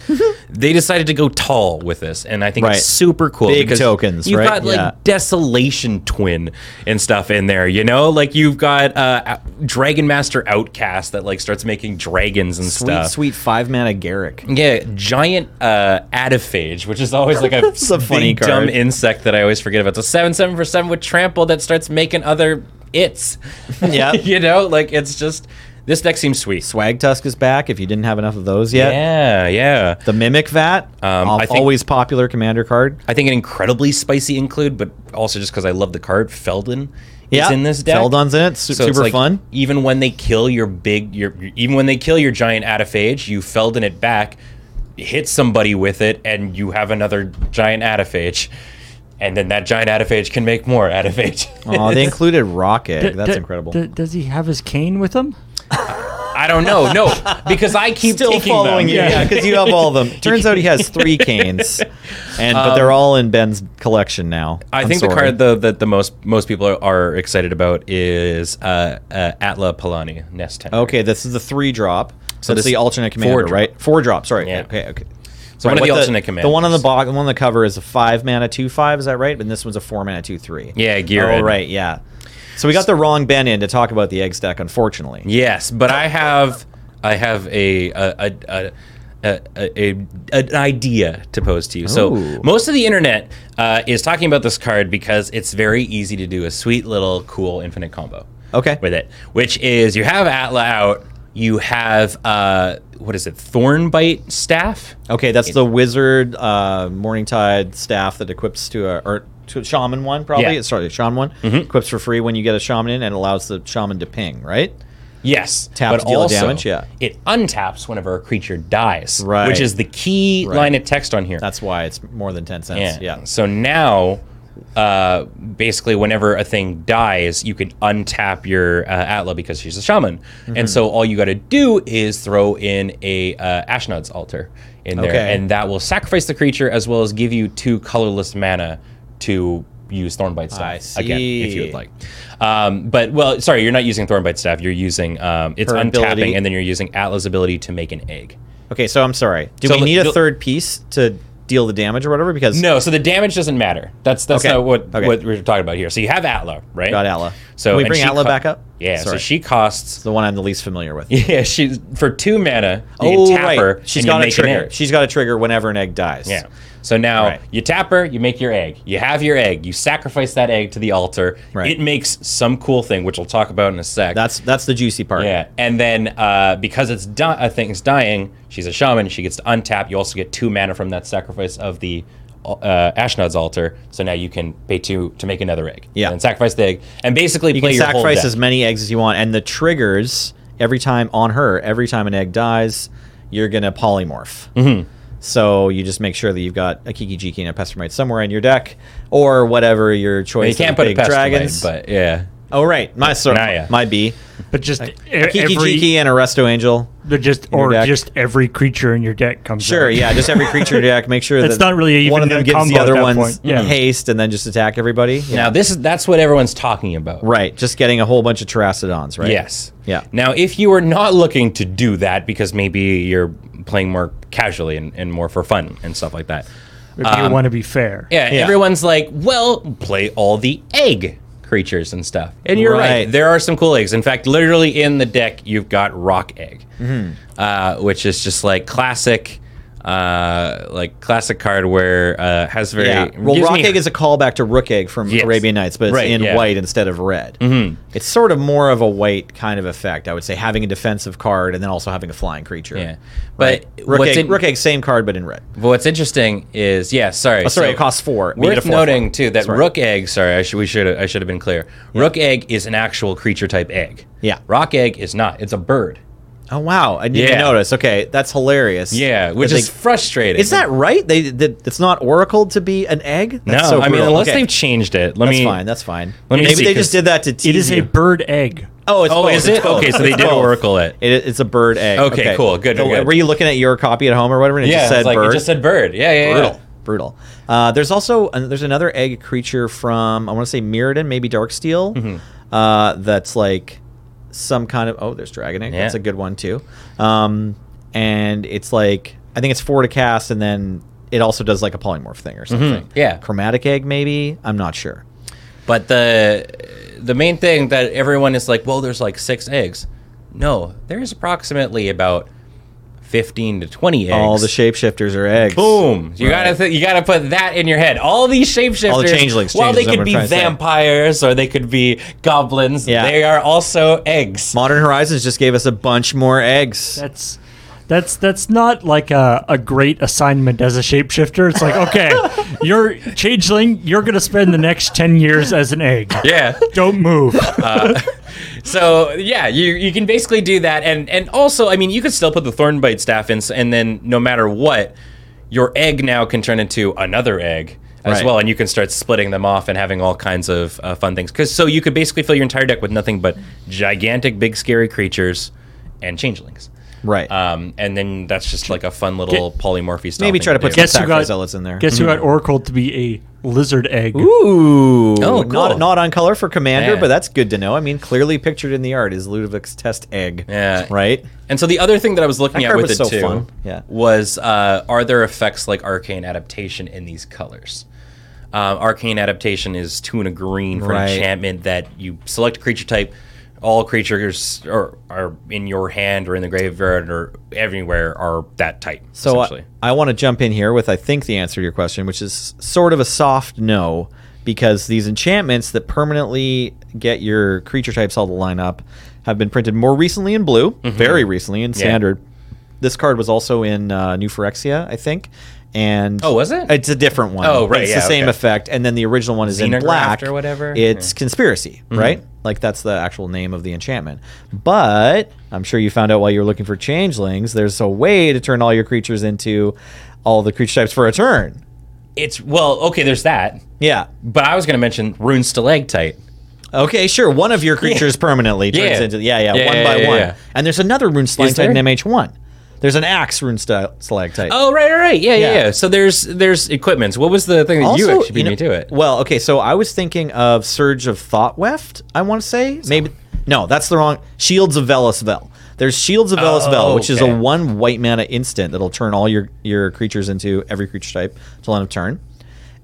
[SPEAKER 2] they decided to go tall with this, and I think
[SPEAKER 1] Right.
[SPEAKER 2] it's super cool.
[SPEAKER 1] Big
[SPEAKER 2] because
[SPEAKER 1] tokens,
[SPEAKER 2] You've
[SPEAKER 1] right?
[SPEAKER 2] got like
[SPEAKER 1] Yeah.
[SPEAKER 2] Desolation Twin and stuff in there, you know? Like you've got uh, Dragon Master Outcast that like starts making dragons and
[SPEAKER 1] Sweet,
[SPEAKER 2] stuff.
[SPEAKER 1] sweet five mana Garrick.
[SPEAKER 2] Yeah, giant uh, adaphage, which is always like a,
[SPEAKER 1] It's a funny
[SPEAKER 2] big, dumb
[SPEAKER 1] card.
[SPEAKER 2] insect that I always forget about. It's a seven seven for seven with trample that starts making other its.
[SPEAKER 1] Yep.
[SPEAKER 2] you know, like it's just this deck seems sweet.
[SPEAKER 1] Swag Tusk is back. If you didn't have enough of those yet,
[SPEAKER 2] Yeah, yeah.
[SPEAKER 1] the Mimic Vat,
[SPEAKER 2] Um,
[SPEAKER 1] al-
[SPEAKER 2] I think-
[SPEAKER 1] always popular commander card.
[SPEAKER 2] I think an incredibly spicy include, but also just because I love the card, Feldon
[SPEAKER 1] Yeah,
[SPEAKER 2] is in this deck.
[SPEAKER 1] Feldon's in it. Su-
[SPEAKER 2] So it's
[SPEAKER 1] super
[SPEAKER 2] like,
[SPEAKER 1] fun.
[SPEAKER 2] Even when they kill your big, your even when they kill your giant adaphage, you Feldon it back, hit somebody with it, and you have another giant adaphage, and then that giant adaphage can make more adaphage.
[SPEAKER 1] Oh, they included Rocket.
[SPEAKER 3] D-
[SPEAKER 1] That's
[SPEAKER 3] d-
[SPEAKER 1] incredible.
[SPEAKER 3] d- does he have his cane with him?
[SPEAKER 2] I I don't know. No, because I keep
[SPEAKER 1] Still
[SPEAKER 2] taking
[SPEAKER 1] following
[SPEAKER 2] them.
[SPEAKER 1] you, yeah, because you have all of them. Turns out he has three canes, and but they're all in Ben's collection now.
[SPEAKER 2] Um, I
[SPEAKER 1] I'm
[SPEAKER 2] think the
[SPEAKER 1] sorry.
[SPEAKER 2] card though that the most most people are, are excited about is uh, uh, Atla Palani Nest Tender.
[SPEAKER 1] Okay, this is the three drop. So that's
[SPEAKER 2] this-
[SPEAKER 1] the alternate
[SPEAKER 2] four
[SPEAKER 1] commander,
[SPEAKER 2] drop.
[SPEAKER 1] right? Four drop. Sorry.
[SPEAKER 2] Yeah.
[SPEAKER 1] Okay. Okay.
[SPEAKER 2] So one of
[SPEAKER 1] Right,
[SPEAKER 2] the
[SPEAKER 1] what
[SPEAKER 2] alternate
[SPEAKER 1] The one on the
[SPEAKER 2] commanders.
[SPEAKER 1] box, one on the cover is a five mana two five. Is that right? And this one's a four mana two three.
[SPEAKER 2] Yeah,
[SPEAKER 1] All
[SPEAKER 2] gear.
[SPEAKER 1] Oh, right.
[SPEAKER 2] in.
[SPEAKER 1] Yeah. So we got the wrong Ben in to talk about the egg stack, unfortunately.
[SPEAKER 2] Yes, but I have I have a a a. a a, a, a- an idea to pose to you. So
[SPEAKER 1] Ooh.
[SPEAKER 2] most of the internet uh, is talking about this card because it's very easy to do a sweet little cool infinite combo.
[SPEAKER 1] Okay.
[SPEAKER 2] with it, which is you have Atla out, you have uh, what is it, Thornbite staff?
[SPEAKER 1] Okay, that's the wizard uh, Morningtide staff that equips to a or to a shaman one probably.
[SPEAKER 2] Yeah. Mm-hmm.
[SPEAKER 1] Sorry, shaman one equips for free when you get a shaman in and allows the shaman to ping. Right.
[SPEAKER 2] Yes,
[SPEAKER 1] Tap to deal damage, yeah.
[SPEAKER 2] it untaps whenever a creature dies,
[SPEAKER 1] Right.
[SPEAKER 2] which is the key
[SPEAKER 1] Right.
[SPEAKER 2] line of text on here.
[SPEAKER 1] That's why it's more than ten cents. Yeah.
[SPEAKER 2] So now, uh, basically, whenever a thing dies, you can untap your uh, Atla because she's a shaman,
[SPEAKER 1] Mm-hmm.
[SPEAKER 2] and so all you got to do is throw in a uh, Ashnod's altar in there,
[SPEAKER 1] Okay.
[SPEAKER 2] and that will sacrifice the creature as well as give you two colorless mana to use Thornbite
[SPEAKER 1] I
[SPEAKER 2] staff again if you
[SPEAKER 1] see.
[SPEAKER 2] would like. Um, but well, sorry, you're not using Thornbite staff. You're using um, it's
[SPEAKER 1] Her
[SPEAKER 2] untapping,
[SPEAKER 1] ability-
[SPEAKER 2] and then you're using Atla's ability to make an egg.
[SPEAKER 1] Okay, so I'm sorry. Do
[SPEAKER 2] So
[SPEAKER 1] we
[SPEAKER 2] the-
[SPEAKER 1] need a
[SPEAKER 2] the-
[SPEAKER 1] third piece to deal the damage or whatever? Because
[SPEAKER 2] No, so the damage doesn't matter. That's that's
[SPEAKER 1] Okay.
[SPEAKER 2] not what,
[SPEAKER 1] Okay.
[SPEAKER 2] what we're talking about here. So you have Atla, right?
[SPEAKER 1] got Atla.
[SPEAKER 2] So
[SPEAKER 1] Can we
[SPEAKER 2] and
[SPEAKER 1] bring
[SPEAKER 2] she
[SPEAKER 1] Atla
[SPEAKER 2] co-
[SPEAKER 1] back up.
[SPEAKER 2] Yeah.
[SPEAKER 1] Sorry.
[SPEAKER 2] So she costs.
[SPEAKER 1] the one I'm the least familiar with.
[SPEAKER 2] Yeah, she's for two mana. You
[SPEAKER 1] oh
[SPEAKER 2] can tap
[SPEAKER 1] right,
[SPEAKER 2] her.
[SPEAKER 1] she's
[SPEAKER 2] and you
[SPEAKER 1] got a
[SPEAKER 2] make an
[SPEAKER 1] trigger.
[SPEAKER 2] egg.
[SPEAKER 1] She's got a trigger whenever an egg dies.
[SPEAKER 2] yeah. So now
[SPEAKER 1] Right.
[SPEAKER 2] you tap her, you make your egg. You have your egg. You sacrifice that egg to the altar.
[SPEAKER 1] Right.
[SPEAKER 2] It makes some cool thing, which we'll talk about in a sec.
[SPEAKER 1] that's that's the juicy part.
[SPEAKER 2] yeah. And then uh, because it's di- a thing's dying, she's a shaman. She gets to untap. You also get two mana from that sacrifice of the uh, Ashnod's altar. So now you can pay two to make another egg.
[SPEAKER 1] Yeah.
[SPEAKER 2] And then sacrifice the egg, and basically
[SPEAKER 1] You
[SPEAKER 2] play
[SPEAKER 1] can
[SPEAKER 2] your whole
[SPEAKER 1] sacrifice
[SPEAKER 2] deck.
[SPEAKER 1] as many eggs as you want, and the triggers every time on her. Every time an egg dies, you're gonna polymorph.
[SPEAKER 2] Mm-hmm.
[SPEAKER 1] So you just make sure that you've got a Kiki Jiki and a Pestermite somewhere in your deck, or whatever your choice.
[SPEAKER 2] You can't
[SPEAKER 1] of
[SPEAKER 2] put a
[SPEAKER 1] big
[SPEAKER 2] pest
[SPEAKER 1] dragons.
[SPEAKER 2] but yeah.
[SPEAKER 1] oh right, my sorry,
[SPEAKER 2] Nah, yeah.
[SPEAKER 1] my B.
[SPEAKER 3] But just e-
[SPEAKER 1] Kiki
[SPEAKER 3] every,
[SPEAKER 1] Jiki and a Resto Angel.
[SPEAKER 3] the just
[SPEAKER 1] your
[SPEAKER 3] or
[SPEAKER 1] deck.
[SPEAKER 3] just every creature in your deck comes.
[SPEAKER 1] Sure,
[SPEAKER 3] out.
[SPEAKER 1] yeah, just every creature deck. Make sure
[SPEAKER 3] That's
[SPEAKER 1] that
[SPEAKER 3] not really
[SPEAKER 1] one of them
[SPEAKER 3] even a
[SPEAKER 1] gives the
[SPEAKER 3] combo at
[SPEAKER 1] other
[SPEAKER 3] that
[SPEAKER 1] one's
[SPEAKER 3] point. Yeah.
[SPEAKER 1] haste, and then just attack everybody. Yeah.
[SPEAKER 2] Now this is that's what everyone's talking about.
[SPEAKER 1] right, just getting a whole bunch of Terracodons, right?
[SPEAKER 2] Yes.
[SPEAKER 1] Yeah.
[SPEAKER 2] Now if you are not looking to do that because maybe you're playing more casually and, and more for fun and stuff like that.
[SPEAKER 3] If you want to be fair.
[SPEAKER 2] Yeah,
[SPEAKER 1] Um, Yeah.
[SPEAKER 2] everyone's like, well, play all the egg creatures and stuff. And you're right.
[SPEAKER 1] Right.
[SPEAKER 2] There are some cool eggs. In fact, literally in the deck, you've got rock egg,
[SPEAKER 1] Mm-hmm.
[SPEAKER 2] uh, which is just like classic, uh, like classic card where uh, has very
[SPEAKER 1] Yeah. Well,
[SPEAKER 2] gives
[SPEAKER 1] Rock
[SPEAKER 2] me-
[SPEAKER 1] Egg is a callback to Rook Egg from
[SPEAKER 2] Yes.
[SPEAKER 1] Arabian Nights, but it's
[SPEAKER 2] Right,
[SPEAKER 1] in
[SPEAKER 2] yeah.
[SPEAKER 1] white instead of red. Mm-hmm. It's sort of more of a white kind of effect, I would say, having a defensive card and then also having a flying creature.
[SPEAKER 2] Yeah. But
[SPEAKER 1] Rook
[SPEAKER 2] what's
[SPEAKER 1] Egg,
[SPEAKER 2] in-
[SPEAKER 1] Rook Egg, same card but in red.
[SPEAKER 2] But what's interesting is, yeah, sorry.
[SPEAKER 1] Oh, sorry, it costs four. We get a
[SPEAKER 2] Worth
[SPEAKER 1] four,
[SPEAKER 2] noting
[SPEAKER 1] four.
[SPEAKER 2] too that
[SPEAKER 1] Sorry.
[SPEAKER 2] rook egg. Sorry, I should we should I should have been clear. Rook egg is an actual creature type egg.
[SPEAKER 1] Yeah.
[SPEAKER 2] Rock egg is not. It's a bird.
[SPEAKER 1] Oh wow, I didn't
[SPEAKER 2] Yeah.
[SPEAKER 1] even notice. Okay, that's hilarious.
[SPEAKER 2] Yeah,
[SPEAKER 1] That
[SPEAKER 2] which
[SPEAKER 1] they-
[SPEAKER 2] is frustrating.
[SPEAKER 1] Is that right? They, that it's not oracled to be an egg.
[SPEAKER 2] no?
[SPEAKER 1] That's so
[SPEAKER 2] I mean,
[SPEAKER 1] brutal.
[SPEAKER 2] unless
[SPEAKER 1] Okay.
[SPEAKER 2] they've changed it. Let
[SPEAKER 1] That's
[SPEAKER 2] me.
[SPEAKER 1] fine. That's fine.
[SPEAKER 2] Let me
[SPEAKER 1] Maybe
[SPEAKER 2] see,
[SPEAKER 1] they
[SPEAKER 2] 'cause
[SPEAKER 1] just did that to tease
[SPEAKER 3] It is
[SPEAKER 1] you.
[SPEAKER 3] a bird egg.
[SPEAKER 1] Oh, it's Oh.
[SPEAKER 2] Oh,
[SPEAKER 1] both.
[SPEAKER 2] is
[SPEAKER 1] It's
[SPEAKER 2] it?
[SPEAKER 1] both.
[SPEAKER 2] Okay, so they
[SPEAKER 1] It's
[SPEAKER 2] did
[SPEAKER 1] both.
[SPEAKER 2] oracle it.
[SPEAKER 1] It- it's a bird egg.
[SPEAKER 2] Okay, cool. Good,
[SPEAKER 1] So,
[SPEAKER 2] good.
[SPEAKER 1] Were you looking at your copy at home or whatever? And it
[SPEAKER 2] yeah,
[SPEAKER 1] just said
[SPEAKER 2] it's like,
[SPEAKER 1] bird.
[SPEAKER 2] it just said bird. Yeah, yeah, yeah.
[SPEAKER 1] brutal. Brutal. Uh, there's also uh, there's another egg creature from I want to say Mirrodin, maybe Darksteel.
[SPEAKER 2] Mm-hmm.
[SPEAKER 1] Uh, that's like some kind of oh, there's dragon egg.
[SPEAKER 2] Yeah.
[SPEAKER 1] That's a good one too. Um, and it's like I think it's four to cast, and then it also does like a polymorph thing
[SPEAKER 2] Mm-hmm.
[SPEAKER 1] or something.
[SPEAKER 2] Yeah.
[SPEAKER 1] Chromatic egg, maybe. I'm not sure.
[SPEAKER 2] But the the main thing that everyone is like, well, there's like six eggs. No, there's approximately about fifteen to twenty eggs.
[SPEAKER 1] All the shapeshifters are eggs.
[SPEAKER 2] Boom! You
[SPEAKER 1] Right.
[SPEAKER 2] gotta th- you gotta put that in your head. All these shapeshifters,
[SPEAKER 1] All the changelings,
[SPEAKER 2] Well, they
[SPEAKER 1] changelings, I'm
[SPEAKER 2] could be
[SPEAKER 1] trying to say.
[SPEAKER 2] vampires or they could be goblins.
[SPEAKER 1] Yeah.
[SPEAKER 2] They are also eggs.
[SPEAKER 1] Modern Horizons just gave us a bunch more eggs.
[SPEAKER 3] That's that's that's not like a, a great assignment as a shapeshifter. It's like, okay, you're changeling, you're gonna spend the next ten years as an egg.
[SPEAKER 2] Yeah.
[SPEAKER 3] Don't move.
[SPEAKER 2] So yeah, you you can basically do that, and and also, I mean, you could still put the thornbite staff in, s- and then no matter what, your egg now can turn into another egg as
[SPEAKER 1] Right.
[SPEAKER 2] well, and you can start splitting them off and having all kinds of uh, fun things. Because so you could basically fill your entire deck with nothing but gigantic, big, scary creatures, and changelings.
[SPEAKER 1] Right.
[SPEAKER 2] Um, and then that's just like a fun little polymorphy stuff.
[SPEAKER 1] Maybe try to put some
[SPEAKER 3] Guess who
[SPEAKER 1] sacrifice
[SPEAKER 3] got-
[SPEAKER 1] zealots in there. Mm-hmm.
[SPEAKER 3] Guess who got Oracle to be a lizard egg?
[SPEAKER 1] Ooh.
[SPEAKER 2] Oh, cool.
[SPEAKER 1] not, not on color for Commander,
[SPEAKER 2] Yeah.
[SPEAKER 1] but that's good to know. I mean, clearly pictured in the art is Ludovic's test egg.
[SPEAKER 2] Yeah.
[SPEAKER 1] Right?
[SPEAKER 2] And so the other thing that I was looking
[SPEAKER 1] That
[SPEAKER 2] at
[SPEAKER 1] card
[SPEAKER 2] with it
[SPEAKER 1] was so
[SPEAKER 2] too
[SPEAKER 1] fun. Yeah.
[SPEAKER 2] was uh, are there effects like arcane adaptation in these colors? Um, arcane adaptation is two and a green for
[SPEAKER 1] Right.
[SPEAKER 2] an enchantment that you select a creature type. All creatures are, are in your hand or in the graveyard or everywhere are that type.
[SPEAKER 1] So uh, I,
[SPEAKER 2] essentially.
[SPEAKER 1] I want to jump in here with I think the answer to your question, which is sort of a soft no, because these enchantments that permanently get your creature types all to line up have been printed more recently in blue,
[SPEAKER 2] Mm-hmm.
[SPEAKER 1] very recently in standard. This card was also in uh, New Phyrexia, I think. And
[SPEAKER 2] Oh, was it?
[SPEAKER 1] It's a different one.
[SPEAKER 2] Oh, right,
[SPEAKER 1] It's
[SPEAKER 2] yeah,
[SPEAKER 1] the same
[SPEAKER 2] okay.
[SPEAKER 1] effect, and then the original one is in
[SPEAKER 2] Xenograph
[SPEAKER 1] black
[SPEAKER 2] or whatever? Mm-hmm.
[SPEAKER 1] It's conspiracy, right? Like that's the actual name of the enchantment. But I'm sure you found out while you were looking for changelings, there's a way to turn all your creatures into all the creature types for a turn.
[SPEAKER 2] it's well okay. There's that,
[SPEAKER 1] Yeah.
[SPEAKER 2] but I was going to mention rune stalactite.
[SPEAKER 1] Okay, sure. One of your creatures permanently turns
[SPEAKER 2] Yeah.
[SPEAKER 1] into yeah, yeah,
[SPEAKER 2] Yeah,
[SPEAKER 1] one
[SPEAKER 2] yeah,
[SPEAKER 1] by
[SPEAKER 2] yeah,
[SPEAKER 1] one.
[SPEAKER 2] yeah.
[SPEAKER 1] And there's another rune stalactite
[SPEAKER 2] there?
[SPEAKER 1] in MH1. There's an axe rune sta- stalactite.
[SPEAKER 2] Oh right, right, right. Yeah, yeah,
[SPEAKER 1] Yeah.
[SPEAKER 2] yeah. So there's there's equipments. What was the thing that you actually beat
[SPEAKER 1] know-
[SPEAKER 2] me to it?
[SPEAKER 1] Well, okay, so I was thinking of Surge of Thought Weft, I want to say. Maybe no, that's the wrong Shields of Velasvel. There's Shields of Velasvel, which is a
[SPEAKER 2] Oh, okay.
[SPEAKER 1] one white mana instant that'll turn all your your creatures into every creature type till end of turn.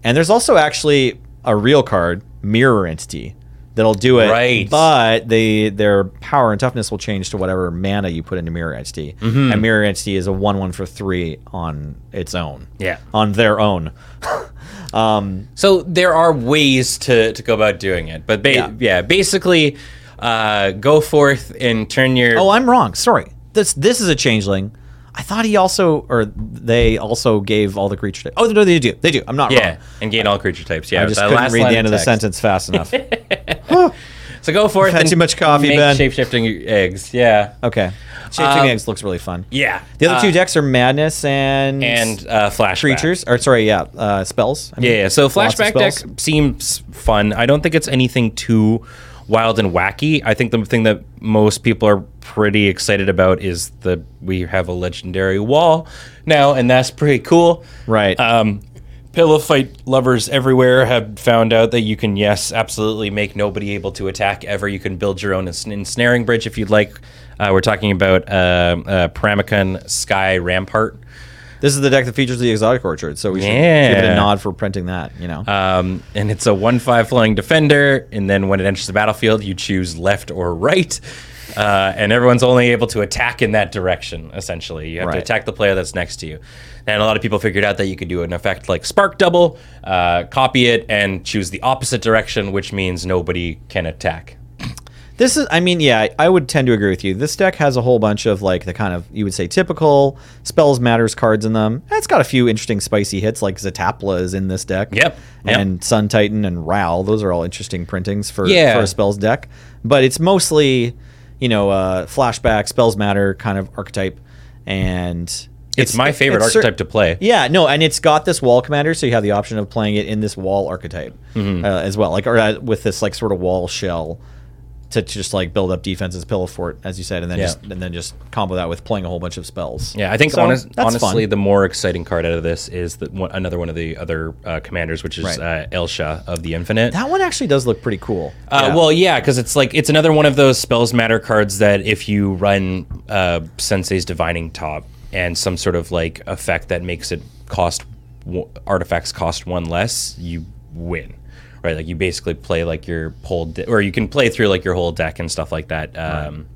[SPEAKER 1] And there's also actually a real card, Mirror Entity, that'll do it.
[SPEAKER 2] Right.
[SPEAKER 1] But they their power and toughness will change to whatever mana you put into Mirror Entity.
[SPEAKER 2] Mm-hmm.
[SPEAKER 1] And Mirror Entity is a one one for three on its own.
[SPEAKER 2] Yeah.
[SPEAKER 1] On their own.
[SPEAKER 2] So there are ways to, to go about doing it, but ba-
[SPEAKER 1] Yeah.
[SPEAKER 2] yeah. basically, uh, go forth and turn your.
[SPEAKER 1] Oh, I'm wrong. Sorry. This this is a changeling. I thought he also or they also gave all the creature. Oh no, they do. They do. I'm not
[SPEAKER 2] yeah,
[SPEAKER 1] wrong.
[SPEAKER 2] and gain all creature types. Yeah,
[SPEAKER 1] I just
[SPEAKER 2] that
[SPEAKER 1] couldn't
[SPEAKER 2] last
[SPEAKER 1] read
[SPEAKER 2] line
[SPEAKER 1] the end of the
[SPEAKER 2] text.
[SPEAKER 1] sentence fast enough.
[SPEAKER 2] So go forth.
[SPEAKER 1] I've had
[SPEAKER 2] and
[SPEAKER 1] too much coffee,
[SPEAKER 2] make
[SPEAKER 1] Ben.
[SPEAKER 2] Shapeshifting eggs. Yeah,
[SPEAKER 1] Okay. Shaping
[SPEAKER 2] Um,
[SPEAKER 1] eggs looks really fun.
[SPEAKER 2] yeah.
[SPEAKER 1] The other
[SPEAKER 2] Uh,
[SPEAKER 1] two decks are madness and
[SPEAKER 2] and uh, flashback.
[SPEAKER 1] creatures. Or sorry, yeah, uh, spells. I mean,
[SPEAKER 2] Yeah, yeah. So
[SPEAKER 1] lots of
[SPEAKER 2] flashback
[SPEAKER 1] spells.
[SPEAKER 2] deck seems fun. I don't think it's anything too wild and wacky. I think the thing that most people are pretty excited about is that we have a legendary wall now, and that's pretty cool.
[SPEAKER 1] Right.
[SPEAKER 2] Um, pillow fight lovers everywhere have found out that you can yes absolutely make nobody able to attack ever you can build your own ensn- ensnaring bridge if you'd like uh, we're talking about um uh, Pramicon sky rampart
[SPEAKER 1] This is the deck that features the exotic orchard, so we should give it a
[SPEAKER 2] Yeah.
[SPEAKER 1] nod for printing that. You know.
[SPEAKER 2] Um, and it's a 1 5 flying defender. And then when it enters the battlefield, you choose left or right. Uh, and everyone's only able to attack in that direction, essentially. You have
[SPEAKER 1] Right.
[SPEAKER 2] to attack the player that's next to you. And a lot of people figured out that you could do an effect like Spark Double, uh, copy it, and choose the opposite direction, which means nobody can attack.
[SPEAKER 1] This is, I mean, yeah, I would tend to agree with you. This deck has a whole bunch of like the kind of you would say typical spells matters cards in them. It's got a few interesting spicy hits like Zatapla is in this deck.
[SPEAKER 2] Yep, yep.
[SPEAKER 1] And Sun Titan and Ral. Those are all interesting printings for
[SPEAKER 2] Yeah.
[SPEAKER 1] for a spells deck. But it's mostly, you know, uh, flashback spells matter kind of archetype, and
[SPEAKER 2] It's, my favorite
[SPEAKER 1] it's cer-
[SPEAKER 2] archetype to play.
[SPEAKER 1] yeah, no, and it's got this wall commander, so you have the option of playing it in this wall archetype
[SPEAKER 2] Mm-hmm.
[SPEAKER 1] uh, as well, like or uh, with this like sort of wall shell to, to just like build up defense as pillow fort, as you said, and then
[SPEAKER 2] Yeah.
[SPEAKER 1] just and then just combo that with playing a whole bunch of spells.
[SPEAKER 2] Yeah, I think
[SPEAKER 1] So,
[SPEAKER 2] honest,
[SPEAKER 1] that's
[SPEAKER 2] honestly,
[SPEAKER 1] fun.
[SPEAKER 2] the more exciting card out of this is that one, another one of the other uh, commanders, which is
[SPEAKER 1] Right.
[SPEAKER 2] uh, Elsha of the Infinite.
[SPEAKER 1] that one actually does look pretty cool.
[SPEAKER 2] Uh,
[SPEAKER 1] Yeah.
[SPEAKER 2] Well, yeah, because it's like it's another one of those spells matter cards that if you run uh, Sensei's Divining Top and some sort of like effect that makes it cost w- artifacts cost one less, you win, right? Like you basically play like your whole de- or you can play through like your whole deck and stuff like that. Um,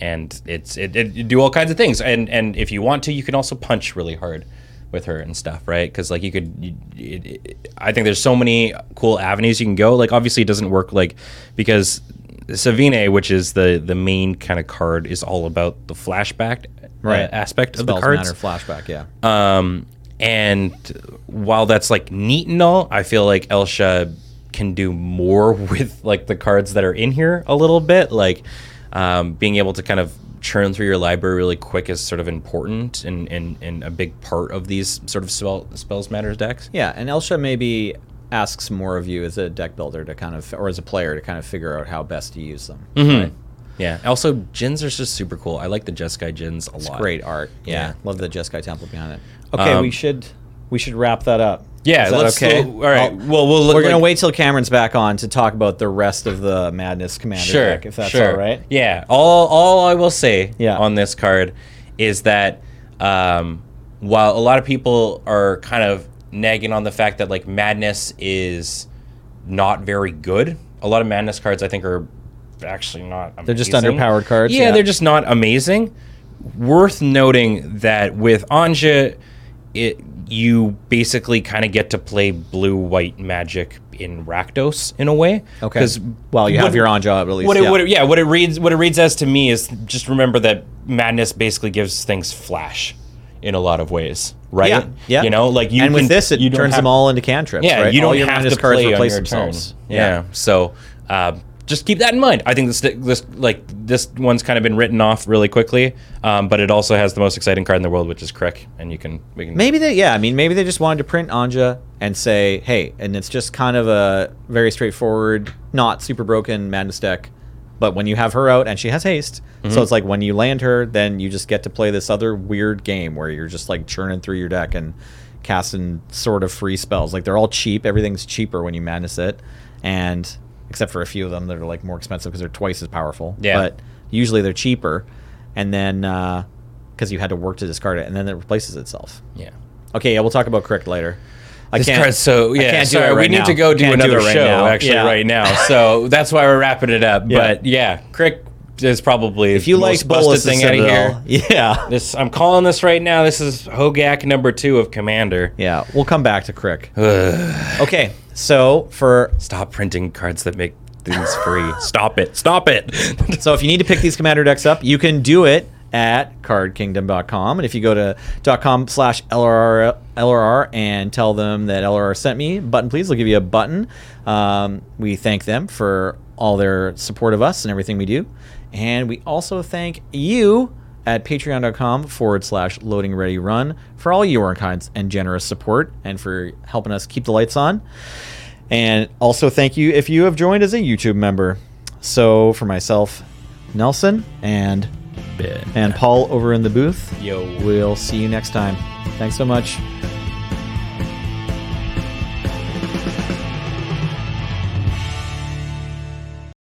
[SPEAKER 2] And it's it, it you do all kinds of things, and and if you want to, you can also punch really hard with her and stuff, right? Because like you could, you, it, it, I think there's so many cool avenues you can go. Like obviously it doesn't work like because Savine, which is the the main kind of card, is all about the flashback uh,
[SPEAKER 1] Right.
[SPEAKER 2] aspect of
[SPEAKER 1] spells
[SPEAKER 2] the cards.
[SPEAKER 1] matter flashback. Yeah,
[SPEAKER 2] Um, and while that's like neat and all, I feel like Elsha can do more with like the cards that are in here a little bit. Like um, being able to kind of churn through your library really quick is sort of important and, and, and a big part of these sort of spell, spells matters decks.
[SPEAKER 1] yeah, and Elsha maybe
[SPEAKER 2] Mm-hmm.
[SPEAKER 1] asks more of you as a deck builder to kind of or as a player to kind of figure out how best to use them. Right?
[SPEAKER 2] Yeah. Also, gins are just super cool. I like the Jeskai gins a
[SPEAKER 1] It's
[SPEAKER 2] lot.
[SPEAKER 1] great art. Yeah,
[SPEAKER 2] Yeah.
[SPEAKER 1] love the Jeskai temple behind it. Okay,
[SPEAKER 2] Um,
[SPEAKER 1] we should we should wrap that up.
[SPEAKER 2] Yeah.
[SPEAKER 1] Is that
[SPEAKER 2] let's
[SPEAKER 1] okay.
[SPEAKER 2] All right.
[SPEAKER 1] I'll-
[SPEAKER 2] well, we'll
[SPEAKER 1] we're gonna
[SPEAKER 2] like-
[SPEAKER 1] wait till Cameron's back on to talk about the rest of the Madness Commander
[SPEAKER 2] Sure.
[SPEAKER 1] deck, if that's
[SPEAKER 2] sure.
[SPEAKER 1] all right.
[SPEAKER 2] Yeah. All all I will say
[SPEAKER 1] Yeah.
[SPEAKER 2] on this card is that um, while a lot of people are kind of nagging on the fact that like madness is not very good, a lot of madness cards I think are actually not. Amazing.
[SPEAKER 1] They're just underpowered cards,
[SPEAKER 2] Yeah,
[SPEAKER 1] yeah.
[SPEAKER 2] they're just not amazing. Worth noting that with Anja, it you basically kind of get to play blue white magic in Rakdos in a way.
[SPEAKER 1] Okay.
[SPEAKER 2] 'Cause
[SPEAKER 1] well, you have
[SPEAKER 2] what-
[SPEAKER 1] your on job at least.
[SPEAKER 2] what it,
[SPEAKER 1] yeah.
[SPEAKER 2] What it, yeah, what it reads what it reads as to me is just remember that madness basically gives things flash in a lot of ways, right?
[SPEAKER 1] Yeah, yeah.
[SPEAKER 2] You know, like you
[SPEAKER 1] and
[SPEAKER 2] can,
[SPEAKER 1] with this, it
[SPEAKER 2] you don't
[SPEAKER 1] turns
[SPEAKER 2] have-
[SPEAKER 1] them all into cantrips.
[SPEAKER 2] Yeah,
[SPEAKER 1] right?
[SPEAKER 2] you don't
[SPEAKER 1] all your
[SPEAKER 2] have
[SPEAKER 1] Madness
[SPEAKER 2] to play on
[SPEAKER 1] replace
[SPEAKER 2] your turn.
[SPEAKER 1] themselves.
[SPEAKER 2] Yeah. so uh, just keep that in mind. I think this this like this one's kind of been written off really quickly, um, but it also has the most exciting card in the world, which is Crick, and you can we can
[SPEAKER 1] Maybe they, yeah, I mean, maybe they just wanted to print Anja and say, hey, and it's just kind of a very straightforward, not super broken madness deck. But when you have her out and she has haste, so it's like when you land her, then you just get to play this other weird game where you're just like churning through your deck and casting sort of free spells. Like they're all cheap. Everything's cheaper when you madness it, and except for a few of them that are like more expensive because they're twice as powerful.
[SPEAKER 2] Yeah.
[SPEAKER 1] But usually they're cheaper, and then because you had to work to discard it, and then it replaces itself.
[SPEAKER 2] yeah.
[SPEAKER 1] Okay, yeah, we'll talk about Crick later. I
[SPEAKER 2] This
[SPEAKER 1] can't.
[SPEAKER 2] card's so yeah.
[SPEAKER 1] I can't do
[SPEAKER 2] sorry,
[SPEAKER 1] it right
[SPEAKER 2] we need
[SPEAKER 1] now.
[SPEAKER 2] to go do
[SPEAKER 1] Can't
[SPEAKER 2] another
[SPEAKER 1] it right
[SPEAKER 2] show
[SPEAKER 1] now.
[SPEAKER 2] actually
[SPEAKER 1] Yeah.
[SPEAKER 2] right now. So that's why we're wrapping it up.
[SPEAKER 1] Yeah.
[SPEAKER 2] But yeah, Crick is probably
[SPEAKER 1] If you
[SPEAKER 2] the
[SPEAKER 1] liked
[SPEAKER 2] most busted
[SPEAKER 1] Bolus'
[SPEAKER 2] thing out of
[SPEAKER 1] Citadel,
[SPEAKER 2] here.
[SPEAKER 1] yeah,
[SPEAKER 2] This I'm calling this right now. This is Hogak number two of Commander.
[SPEAKER 1] yeah, we'll come back to Crick. okay, so for
[SPEAKER 2] Stop printing cards that make things free. Stop it. Stop it.
[SPEAKER 1] so if you need to pick these commander decks up, you can do it at cardkingdom.com and if you go to .com slash LRR, LRR and tell them that LRR sent me button please they'll give you a button um, we thank them for all their support of us and everything we do and we also thank you at patreon.com forward slash loading ready run for all your kinds and generous support and for helping us keep the lights on and also thank you if you have joined as a YouTube member. So for myself, Nelson, and and Paul over in the booth,
[SPEAKER 2] Yo.
[SPEAKER 1] we'll see you next time. Thanks so much.